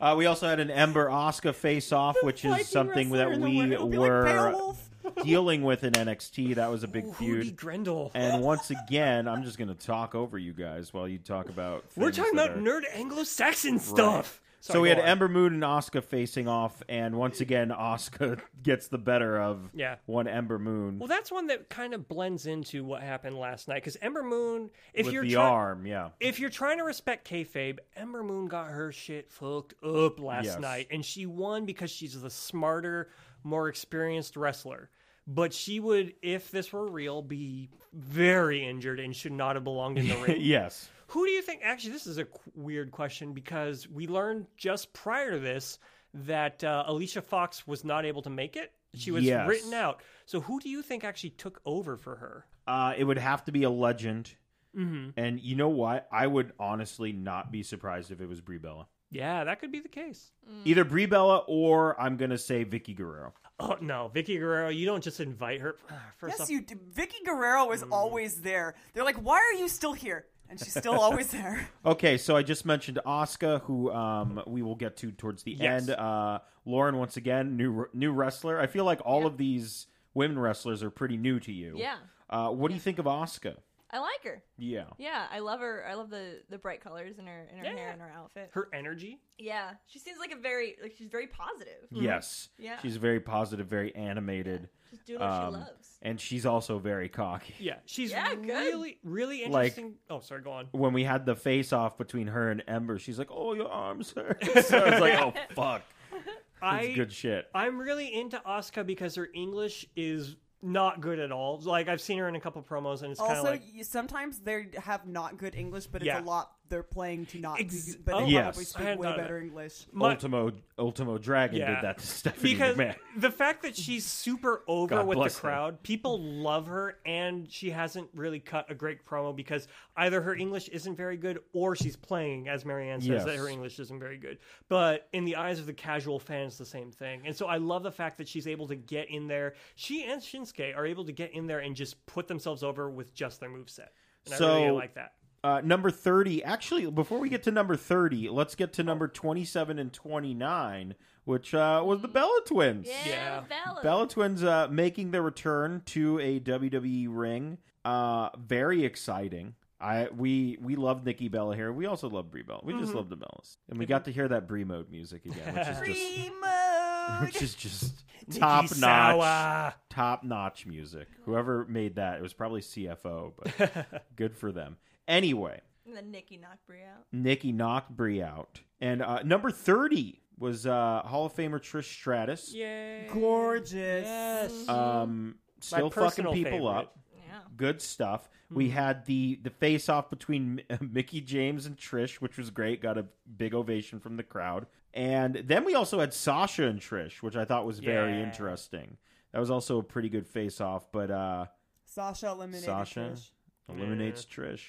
Uh, we also had an Ember Oscar face
<laughs>
off, which is
Viking
something
wrestler
that
in the
we
werewolf. Be like
were
Beowulf.
dealing with in NXT. That was a big
Hoodie
feud.
Grendel. <laughs>
And once again, I'm just going to talk over you guys while you talk about.
We're
things
talking
that
about
are-
nerd Anglo-Saxon stuff.
so
Sorry,
we
go
had
on.
Ember Moon and Oscar facing off, and once again, Oscar <laughs> gets the better of
Yeah.
one Ember Moon
Well, that's one that kind of blends into what happened last night because Ember Moon, if
with
you're
the
try-
arm. Yeah,
if you're trying to respect kayfabe, Ember Moon got her shit fucked up last
Yes.
night, and she won because she's the smarter, more experienced wrestler. But she would, if this were real, be very injured and should not have
<laughs>
belonged in the ring.
yes,
Who do you think? Actually, this is a qu- weird question because we learned just prior to this that uh, Alicia Fox was not able to make it. She was
Yes.
written out. So who do you think actually took over for her?
uh, it would have to be a legend.
Mm-hmm.
And you know what? I would honestly not be surprised if it was Brie Bella, Mm.
Yeah, that could be the case.
either Brie Bella or I'm going to say Vicky Guerrero.
Oh no, Vicky Guerrero, you don't just invite her. <sighs> First
Yes,
off,
you do. Vicky Guerrero is always there. They're like, why are you still here? And she's still always there.
Okay, so I just mentioned Oscar, who um, we will get to towards the
Yes.
end. Uh, Lauren, once again, new new wrestler. I feel like all of these women wrestlers are pretty new to you.
Yeah.
Uh, what do you think of Oscar?
I like her.
Yeah.
Yeah, I love her. I love the the bright colors in her in her hair
Yeah.
and her outfit.
her energy.
yeah, she seems like a very like she's very positive.
Mm. Yes.
Mm-hmm. Yeah.
She's very positive, very animated,
She's doing what
Um,
she loves.
and she's also very cocky.
Yeah, she's
Yeah, good.
really, really
Like-
interesting. oh, sorry, go on.
When we had the face off between her and Ember, she's like, "Oh, your arms hurt." <laughs> so
<laughs>
I was like, "Oh, fuck,
I uh,
that's good shit."
I'm really into Asuka because her English is not good at all. Like I've seen her in a couple promos, and it's kind
also,
of like
you, sometimes they have not good English, but it's
Yeah.
a lot they're playing to not.
Ex-
do- but
oh,
they
Yes.
probably
I
speak
hadn't
way
thought of
better English.
my-
Ultimo Ultimo Dragon
Yeah.
did that to <laughs> Stephanie
because
McMahon.
the fact that she's super over
God
with the
bless her.
crowd, people love her, and she hasn't really cut a great promo because either her English isn't very good or she's playing, as Marianne says, that
Yes.
her English isn't very good. But in the eyes of the casual fan, it's the same thing. And so I love the fact that she's able to get in there. She and Shinsuke are able to get in there and just put themselves over with just their moveset. And I really
So-
like that.
Uh, number 30. Actually, before we get to number 30, let's get to number 27 and 29, which uh, was the Bella Twins.
yeah,
yeah.
Bella.
Bella Twins uh, making their return to a WWE ring. Uh, very exciting. I we we love Nikki Bella here. We also love Brie Bella. We just love the Bellas, and we got to hear that Brie mode music again, which
<laughs>
is just <laughs> which is just top
Nikki
notch,
Sawa.
top notch music. Whoever made that, it was probably CFO, but good for them. Anyway,
And then Nikki knocked Brie out.
Nikki knocked Brie out. And uh, number 30 was uh, Hall of Famer Trish Stratus.
Yay.
Gorgeous.
Um, still fucking
personal
people
favorite. Hmm.
up.
Yeah.
Good stuff. We had the, the face off between M- <laughs> Mickey James and Trish, which was great. Got a big ovation from the crowd. And then we also had Sasha and Trish, which I thought was very
Yeah.
interesting. That was also a pretty good face off, but uh,
Sasha eliminated
Sasha
Trish.
eliminates Trish.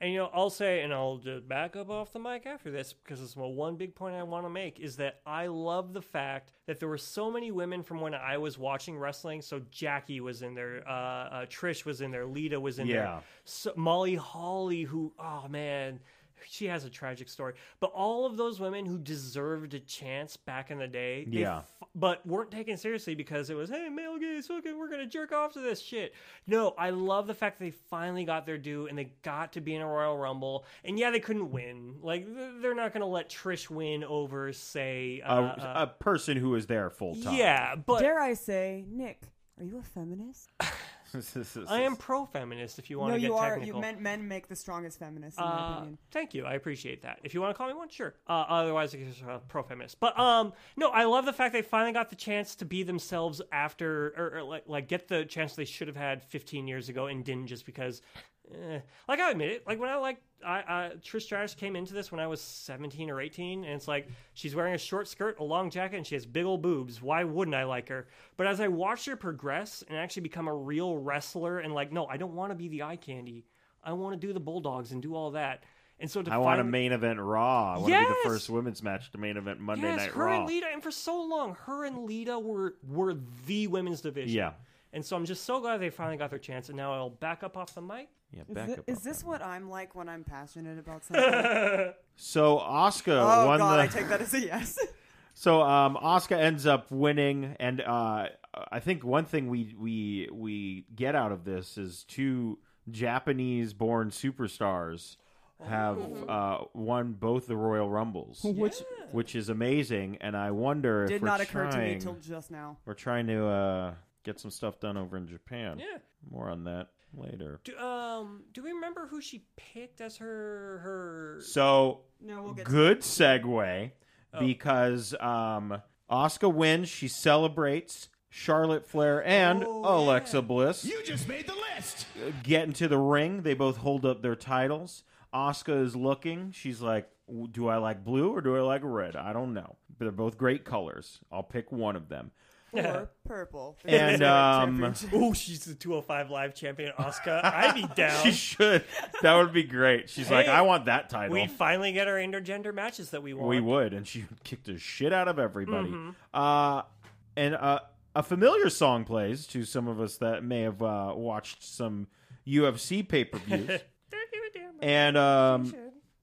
And you know, I'll say, and I'll just back up off the mic after this because it's my one big point I want to make is that I love the fact that there were so many women from when I was watching wrestling. So Jackie was in there, uh, uh, Trish was in there, Lita was in
Yeah.
there, so, Molly Holly, who, oh man, she has a tragic story. But all of those women who deserved a chance back in the day, they
Yeah.
f- but weren't taken seriously because it was, hey, male gaze, fucking, we're gonna jerk off to this shit. No, I love the fact that they finally got their due and they got to be in a Royal Rumble. And yeah, they couldn't win. Like th- they're not gonna let Trish win over, say,
a,
uh,
<laughs>
uh,
a person who is there full time. <laughs>
yeah, but
Dare I say, Nick, are you a feminist?
I am pro-feminist. If you want
no,
to get
you are.
technical,
You meant men make the strongest feminists, in my
Uh,
opinion.
thank you. I appreciate that. If you want to call me one, sure. Uh, otherwise, I guess uh, pro feminist. But um, no, I love the fact they finally got the chance to be themselves after, or, or like, like get the chance they should have had 15 years ago and didn't just because. Eh. Like I admit it. Like when I like I, I Trish Stratus came into this when I was 17 or 18, and it's like she's wearing a short skirt, a long jacket, and she has big old boobs. Why wouldn't I like her? But as I watched her progress and actually become a real wrestler, and like, no, I don't want to be the eye candy. I want to do the bulldogs and do all that. And so to
I want a
finally-
main event Raw. I want to be
Yes!
the first women's match to main event Monday
yes,
Night
her
Raw.
and Lita, and for so long, her and Lita were were the women's division.
Yeah.
And so I'm just so glad they finally got their chance. And now I'll back up off the mic.
Yeah,
Is,
back
thi-
up Uh,
is
off
this
that.
what I'm like when I'm
<laughs>
passionate about something?
So Oscar
Oh
won
god,
the. <laughs>
I take that as a yes.
So um, Oscar ends up winning, and uh, I think one thing we we we get out of this is two Japanese-born superstars have
Oh.
uh, won both the Royal Rumbles, which which is amazing. And I wonder if
Did
we're
not occur to me
trying,
till just now.
we're trying to uh, get some stuff done over in Japan.
Yeah.
More on that later.
Do, um, do we remember who she picked as her her?
So
No,
<laughs>
we'll get. To-
good segue
Oh.
because um Oscar wins, she celebrates Charlotte Flair and Alexa Bliss
Oh,
Uh,
You just made the list.
get into the ring. They both hold up their titles. Oscar is looking. She's like, "W- "Do I like blue or do I like red? I don't know. But they're both great colors. I'll pick one of them."
or purple. The
<laughs> And,
Cruiserweight
um,
Championship.
Ooh, she's the 205 Live champion, Oscar. I'd <laughs> be down.
Oh.
She should. That would be great. She's like,
Hey,
"I want that title."
We'd finally get our intergender matches that we want.
We would, and she <laughs> kicked the shit out of everybody. Uh, and uh, a familiar song plays to some of us that may have uh, watched some UFC pay per views. and um,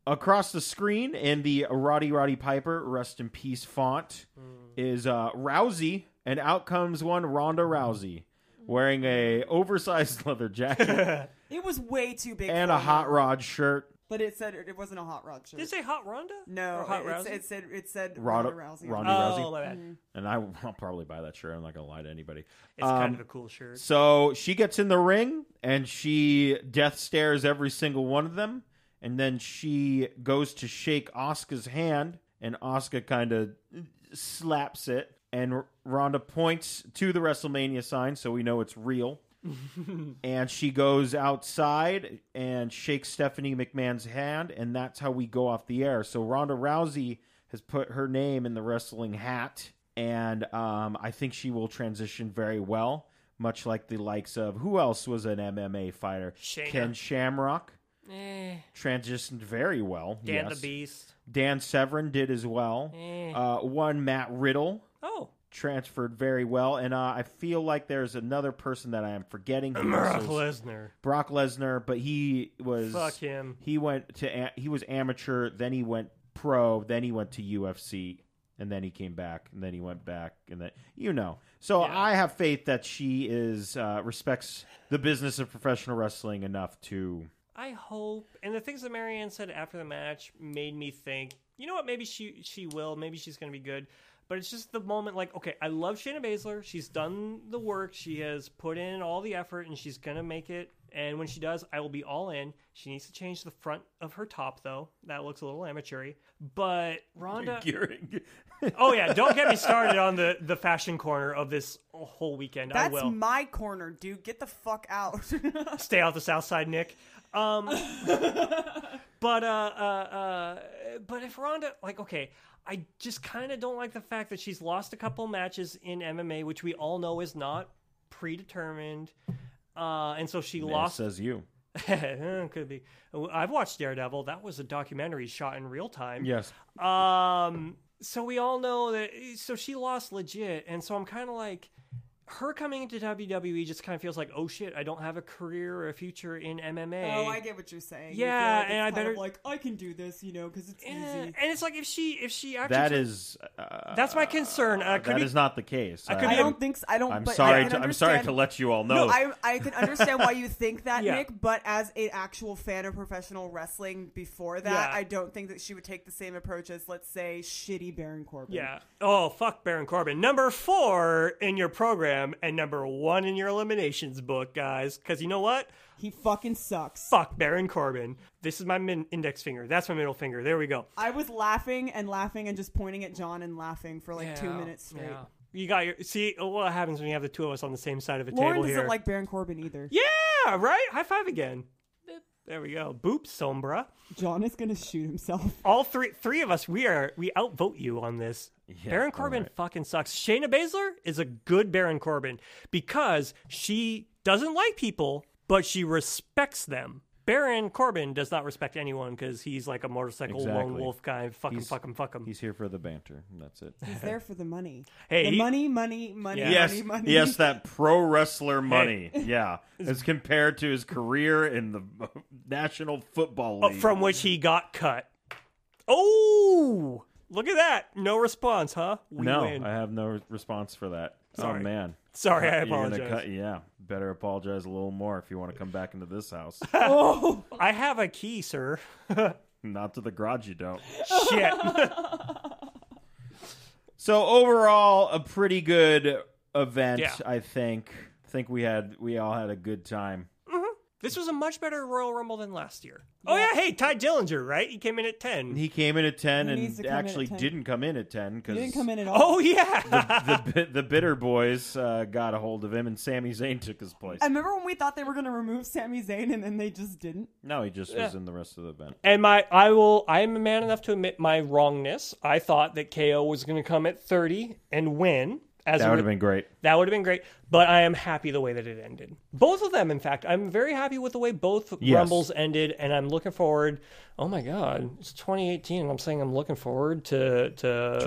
across the screen in the Roddy Roddy Piper rest in peace font is uh, Rousey, and out comes one Ronda Rousey wearing a oversized <laughs> leather jacket
it was way too big.
and
for
a
me.
hot rod shirt.
but it said it wasn't a hot rod shirt.
Did it say Hot Ronda?
no,
Or Hot
it,
Rousey?
it said it said
Ronda,
Ronda Rousey. Uh,
Ronda
oh,
Rousey.
my bad.
And I, <laughs> I'll probably buy that shirt. I'm not going to lie to anybody.
It's kind
Um,
of a cool shirt.
So she gets in the ring and she death stares every single one of them, and then she goes to shake Oscar's hand, and Oscar kind of slaps it, and R- Ronda points to the WrestleMania sign, so we know it's real. and she goes outside and shakes Stephanie McMahon's hand, and that's how we go off the air. So Ronda Rousey has put her name in the wrestling hat, and um, I think she will transition very well, much like the likes of who else was an MMA fighter?
Shayna.
Ken Shamrock
Eh,
transitioned very well.
Dan Eh.
yes.
the Beast.
Dan Severin did as well. Uh, one Matt Riddle
Oh,
transferred very well, and uh, I feel like there's another person that I am forgetting. who
Brock
also-
Lesnar.
Brock Lesnar, but he was
Fuck him.
He went to a- he was amateur, then he went pro, then he went to UFC, and then he came back, and then he went back, and then you know. So I have faith that she is uh, respects the business of professional wrestling enough to.
I hope. And the things that Marianne said after the match made me think, you know what? Maybe she she will. Maybe she's going to be good. But it's just the moment, like, okay, I love Shayna Baszler. She's done the work. She has put in all the effort, and she's going to make it. And when she does, I will be all in. She needs to change the front of her top, though. That looks a little amateur But <laughs> Rhonda,
<laughs>
oh yeah, don't get me started on the the fashion corner of this whole weekend. I
That's
will
my corner, dude. Get the fuck out. <laughs>
stay out the south side nick um but uh uh uh but if ronda like okay i just kind of don't like the fact that she's lost a couple matches in mma which we all know is not predetermined uh and so she
Lost
lost
says you.
<laughs> could be i've watched daredevil that was a documentary shot in real time
Yes,
um, so we all know that. So she lost legit, and so I'm kind of like, her coming into WWE just kind of feels like, oh shit, I don't have a career or a future in MMA.
Oh, I get what you're saying. You
Yeah,
feel like it's
and I
kind
better-
of like I can do this, you know, because it's
Yeah,
easy.
and it's like if she if she actually
That
took-
is uh,
that's my concern. Uh, could
that
be-
is not the case. I,
could
I
be-
don't think s- I don't.
I'm
but I
sorry.
can
To, I'm sorry to
understand-
let you all know.
No, I I can understand why you think that,
Yeah.
Nick. But as an actual fan of professional wrestling, before that,
Yeah.
I don't think that she would take the same approach as, let's say, shitty Baron Corbin.
yeah. Oh fuck, Baron Corbin, number four in your program and number one in your eliminations book, guys. Because you know what?
he fucking sucks.
Fuck Baron Corbin. This is my min- index finger. That's my middle finger. There we go.
I was laughing and laughing and just pointing at John and laughing for like two minutes straight.
You got your see what happens when you have the two of us on the same side of a
Lauren
table
doesn't
here.
like Baron Corbin either.
yeah, right. High five again. Boop. There we go. Boop, Sombra.
John is gonna shoot himself.
All three three of us. We are we outvote you on this. Baron Corbin fucking sucks. Shayna Baszler is a good Baron Corbin because she doesn't like people, but she respects them. Baron Corbin does not respect anyone because he's like a motorcycle lone
Exactly.
wolf guy. Fuck him,
He's-
fuck him, fuck him.
He's here for the banter. and That's it.
He's there for the money.
Hey,
the
he-
money, money, money,
Yeah.
yes,
money, money.
yes, that pro wrestler
<laughs>
money. Yeah, as compared to his career in the <laughs> National Football
Oh,
Uh,
League.
from which he got cut. Oh, look at that! No response, huh? We
no,
win.
I have no re- response for that.
Sorry.
Oh man,
Sorry, I
You're gonna
apologize. <laughs>
cut- yeah, better apologize a little more if you want to come back into this
<laughs>
house.
Oh,
I have a key, sir. <laughs>
Not to the garage, you don't.
Shit. <laughs>
So overall, a pretty good event.
Yeah.
I think. I think we had we all had a good time.
this was a much better Royal Rumble than last year. Oh yeah, hey Ty Dillinger, right? He came in at ten.
He came in at ten
He needs to
and
come in at
actually
10.
didn't come in at ten
you
because
didn't come in at all.
oh <laughs> yeah.
the bi- the bitter boys uh, got a hold of him, and Sami Zayn took his place.
I remember when we thought they were gonna remove Sami Zayn and then they just didn't.
no, he just was in the rest of the event.
and my, I will. I am a man enough to admit my wrongness. I thought that KO was going to come at thirty and win. As
That
a
would
re-
have been great.
That would have been great, but I am happy the way that it ended. Both of them, in fact, I'm very happy with the way both
Yes.
rumbles ended, and I'm looking forward. Oh my God, it's 2018. and I'm saying I'm looking forward to to,
to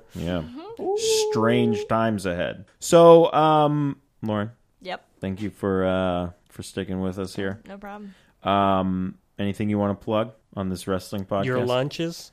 WrestleMania. Yeah.
Mm-hmm.
Strange times ahead. So, um, Lauren,
Yep.
thank you for uh, for sticking with us here.
No problem.
Um, anything you want to plug on this wrestling podcast?
Your lunches.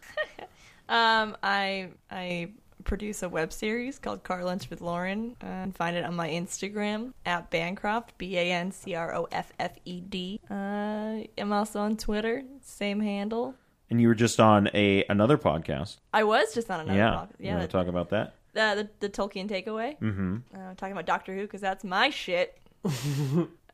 Um, I I produce a web series called Car Lunch with Lauren. Uh, and find it on my Instagram at Bancroft B A N C R O F F E D. Uh, I'm also on Twitter, same handle.
And you were just on a another podcast.
I was just on another
yeah.
talk.
You
Yeah,
want to talk about that?
uh, the, the Tolkien takeaway. Mm-hmm. Uh, talking about Doctor Who because that's my shit.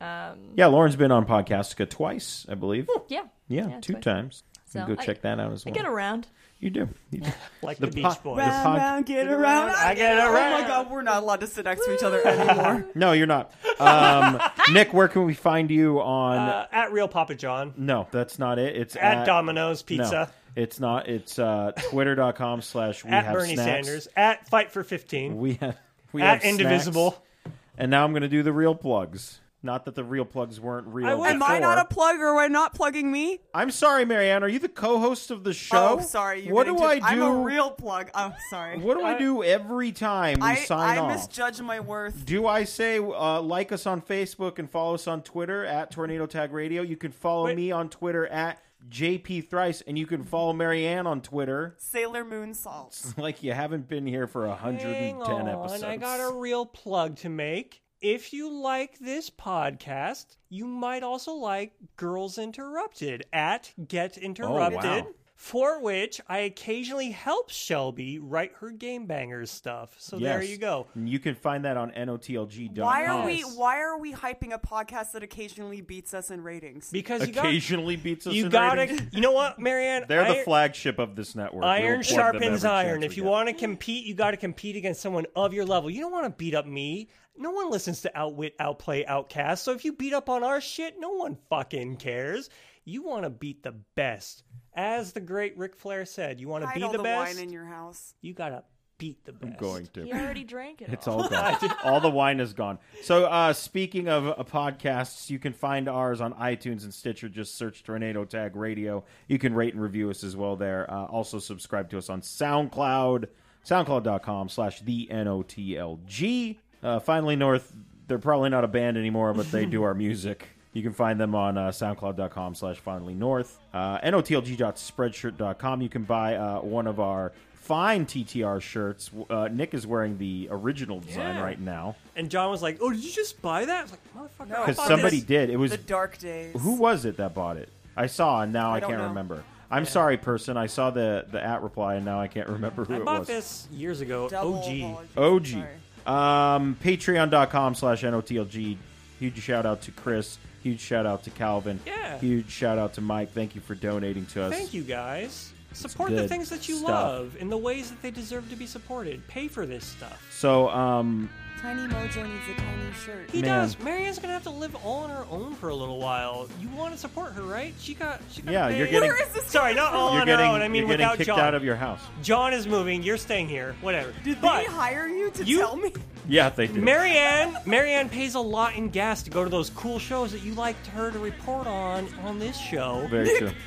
Yeah, Lauren's been on Podcastica twice, I believe.
Hmm. Yeah.
Yeah, two
twice.
times.
So
you can go
I-
check that out as
I
well.
get around.
You do. You do.
Like
The
the,
po-
Beach Boys.
the
Round,
pod-
round, get around. I
get around.
Oh my god, we're not allowed to sit next to each other anymore.
no, you're not.
<laughs>
Um, Nick, where can we find you on?
Uh, at Real Papa John.
no, that's not it. It's
At, Domino's
No,
Pizza.
it's not. It's uh, twitter.com slash we
at
have
Bernie
snacks.
Sanders. At Fight for 15.
We have we
at
have
Indivisible.
snacks. And now I'm going to do the real plugs. Not that the real plugs weren't real.
I would-
Am I
before.
not a plug or am I not plugging me?
I'm sorry, Marianne. Are you the co-host of the show?
Oh, sorry. You're
What do
getting
I
to-
do?
I'm a real plug. Oh, sorry.
what do I do every time we
I,
sign
I
off?
misjudge my worth.
Do I say uh, like us on Facebook and follow us on Twitter at Tornado Tag Radio? You can follow
Wait.
me on Twitter at JP Thrice, and you can follow Marianne on Twitter. <laughs>
Sailor Moon salts.
Like you haven't been here for 110
Hang on,
episodes.
I got a real plug to make. If you like this podcast, you might also like Girls Interrupted at Get Interrupted,
Oh,
for which I occasionally help Shelby write her Game Bangers stuff. So there
Yes.
you go.
And you can find that on notlg.com.
Why are we?
Yes.
Why are we hyping a podcast that occasionally beats us in ratings?
Because you got
occasionally beats us?
you
in
gotta
ratings?
you know what, Marianne?
They're the
Iron-
flagship of this network.
Iron
We'll plug them
sharpens
every chance
iron.
we
If you
get.
want to compete, you got to compete against someone of your level. You don't want to beat up me. No one listens to outwit, outplay, outcast. So if you beat up on our shit, no one fucking cares. You want to beat the best. As the great Ric Flair said, you want to
Hide
be
all
the,
the
best.
wine in your house.
you got to beat the best.
I'm going to.
You already drank it.
It's all gone. all the wine is gone. So, uh, speaking of uh, podcasts, you can find ours on iTunes and Stitcher. Just search Tornado Tag Radio. You can rate and review us as well there. Uh, also, subscribe to us on SoundCloud, soundcloud.com slash the N-O-T-L-G. Uh, Finally North, they're probably not a band anymore, but they
<laughs>
do our music. You can find them on uh, soundcloud.com slash finally north. Uh, notlg.spreadshirt.com. You can buy uh, one of our fine TTR shirts. Uh, Nick is wearing the original design
Yeah.
right now
And John was like, "Oh, did you just buy that?" I was like, "Motherfucker!"
No,
I
because
bought
somebody
this."
did. It was
The Dark Days.
Who was it that bought it? I saw and now I,
don't
can't
know.
remember. I'm sorry, person. I saw the the at reply and now I can't remember who
I
it
bought
was.
this years ago. at
Double
OG.
apologies.
OG.
Sorry.
Um, Patreon.com slash NOTLG. Huge shout out to Chris. Huge shout out to Calvin.
Yeah.
Huge shout out to Mike. Thank you for donating to us.
Thank you guys. Support the
good
things that you
stuff.
love in the ways that they deserve to be supported. Pay for this stuff.
So, um,
Tiny Mojo needs a tiny shirt.
He
Man.
does. Marianne's gonna have to live all on her own for a little while. You want to support her, right? She got. She got.
Yeah,
a
you're
big-
getting-
Where is this?
Sorry, not all
you're
on
getting,
her own. Oh, I mean,
you're getting
without
kicked
John.
out of your house.
John is moving. You're staying here. Whatever.
Did
but
they hire you to
you-
tell me?
Yeah, they do.
Marianne, Marianne pays a lot in gas to go to those cool shows that you liked her to report on on this show.
Very true.
<laughs>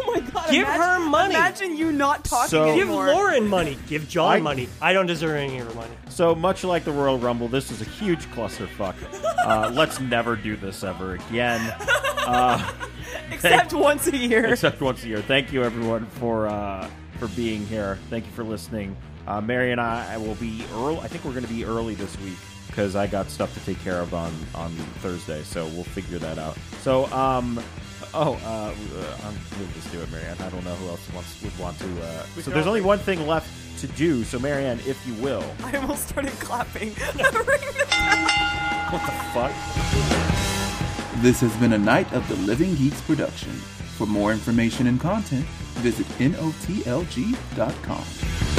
Oh my god!
Give
imagine,
her money.
Imagine you not talking
So-
Give
anymore.
<laughs> Lauren money. Give John
I-
money. I don't deserve any of her money.
So much like the Royal Rumble, this is a huge clusterfuck. Uh, let's never do this ever again.
except once a year.
<laughs> except once a year. Thank you, everyone, for uh, for being here. Thank you for listening. Uh, Mary and I will be early. I think we're going to be early this week because I got stuff to take care of on on Thursday. So we'll figure that out. So um. Oh, uh, I'm, we'll just do it, Marianne. I don't know who else wants, would want to. Uh, so
can
there's
all-
only one thing left to do. So, Marianne, if you will,
I almost started
<laughs>
clapping. <laughs> Ring the bell.
fuck.
This has been a Night of the Living Geeks production. For more information and content, visit NOTLG.com.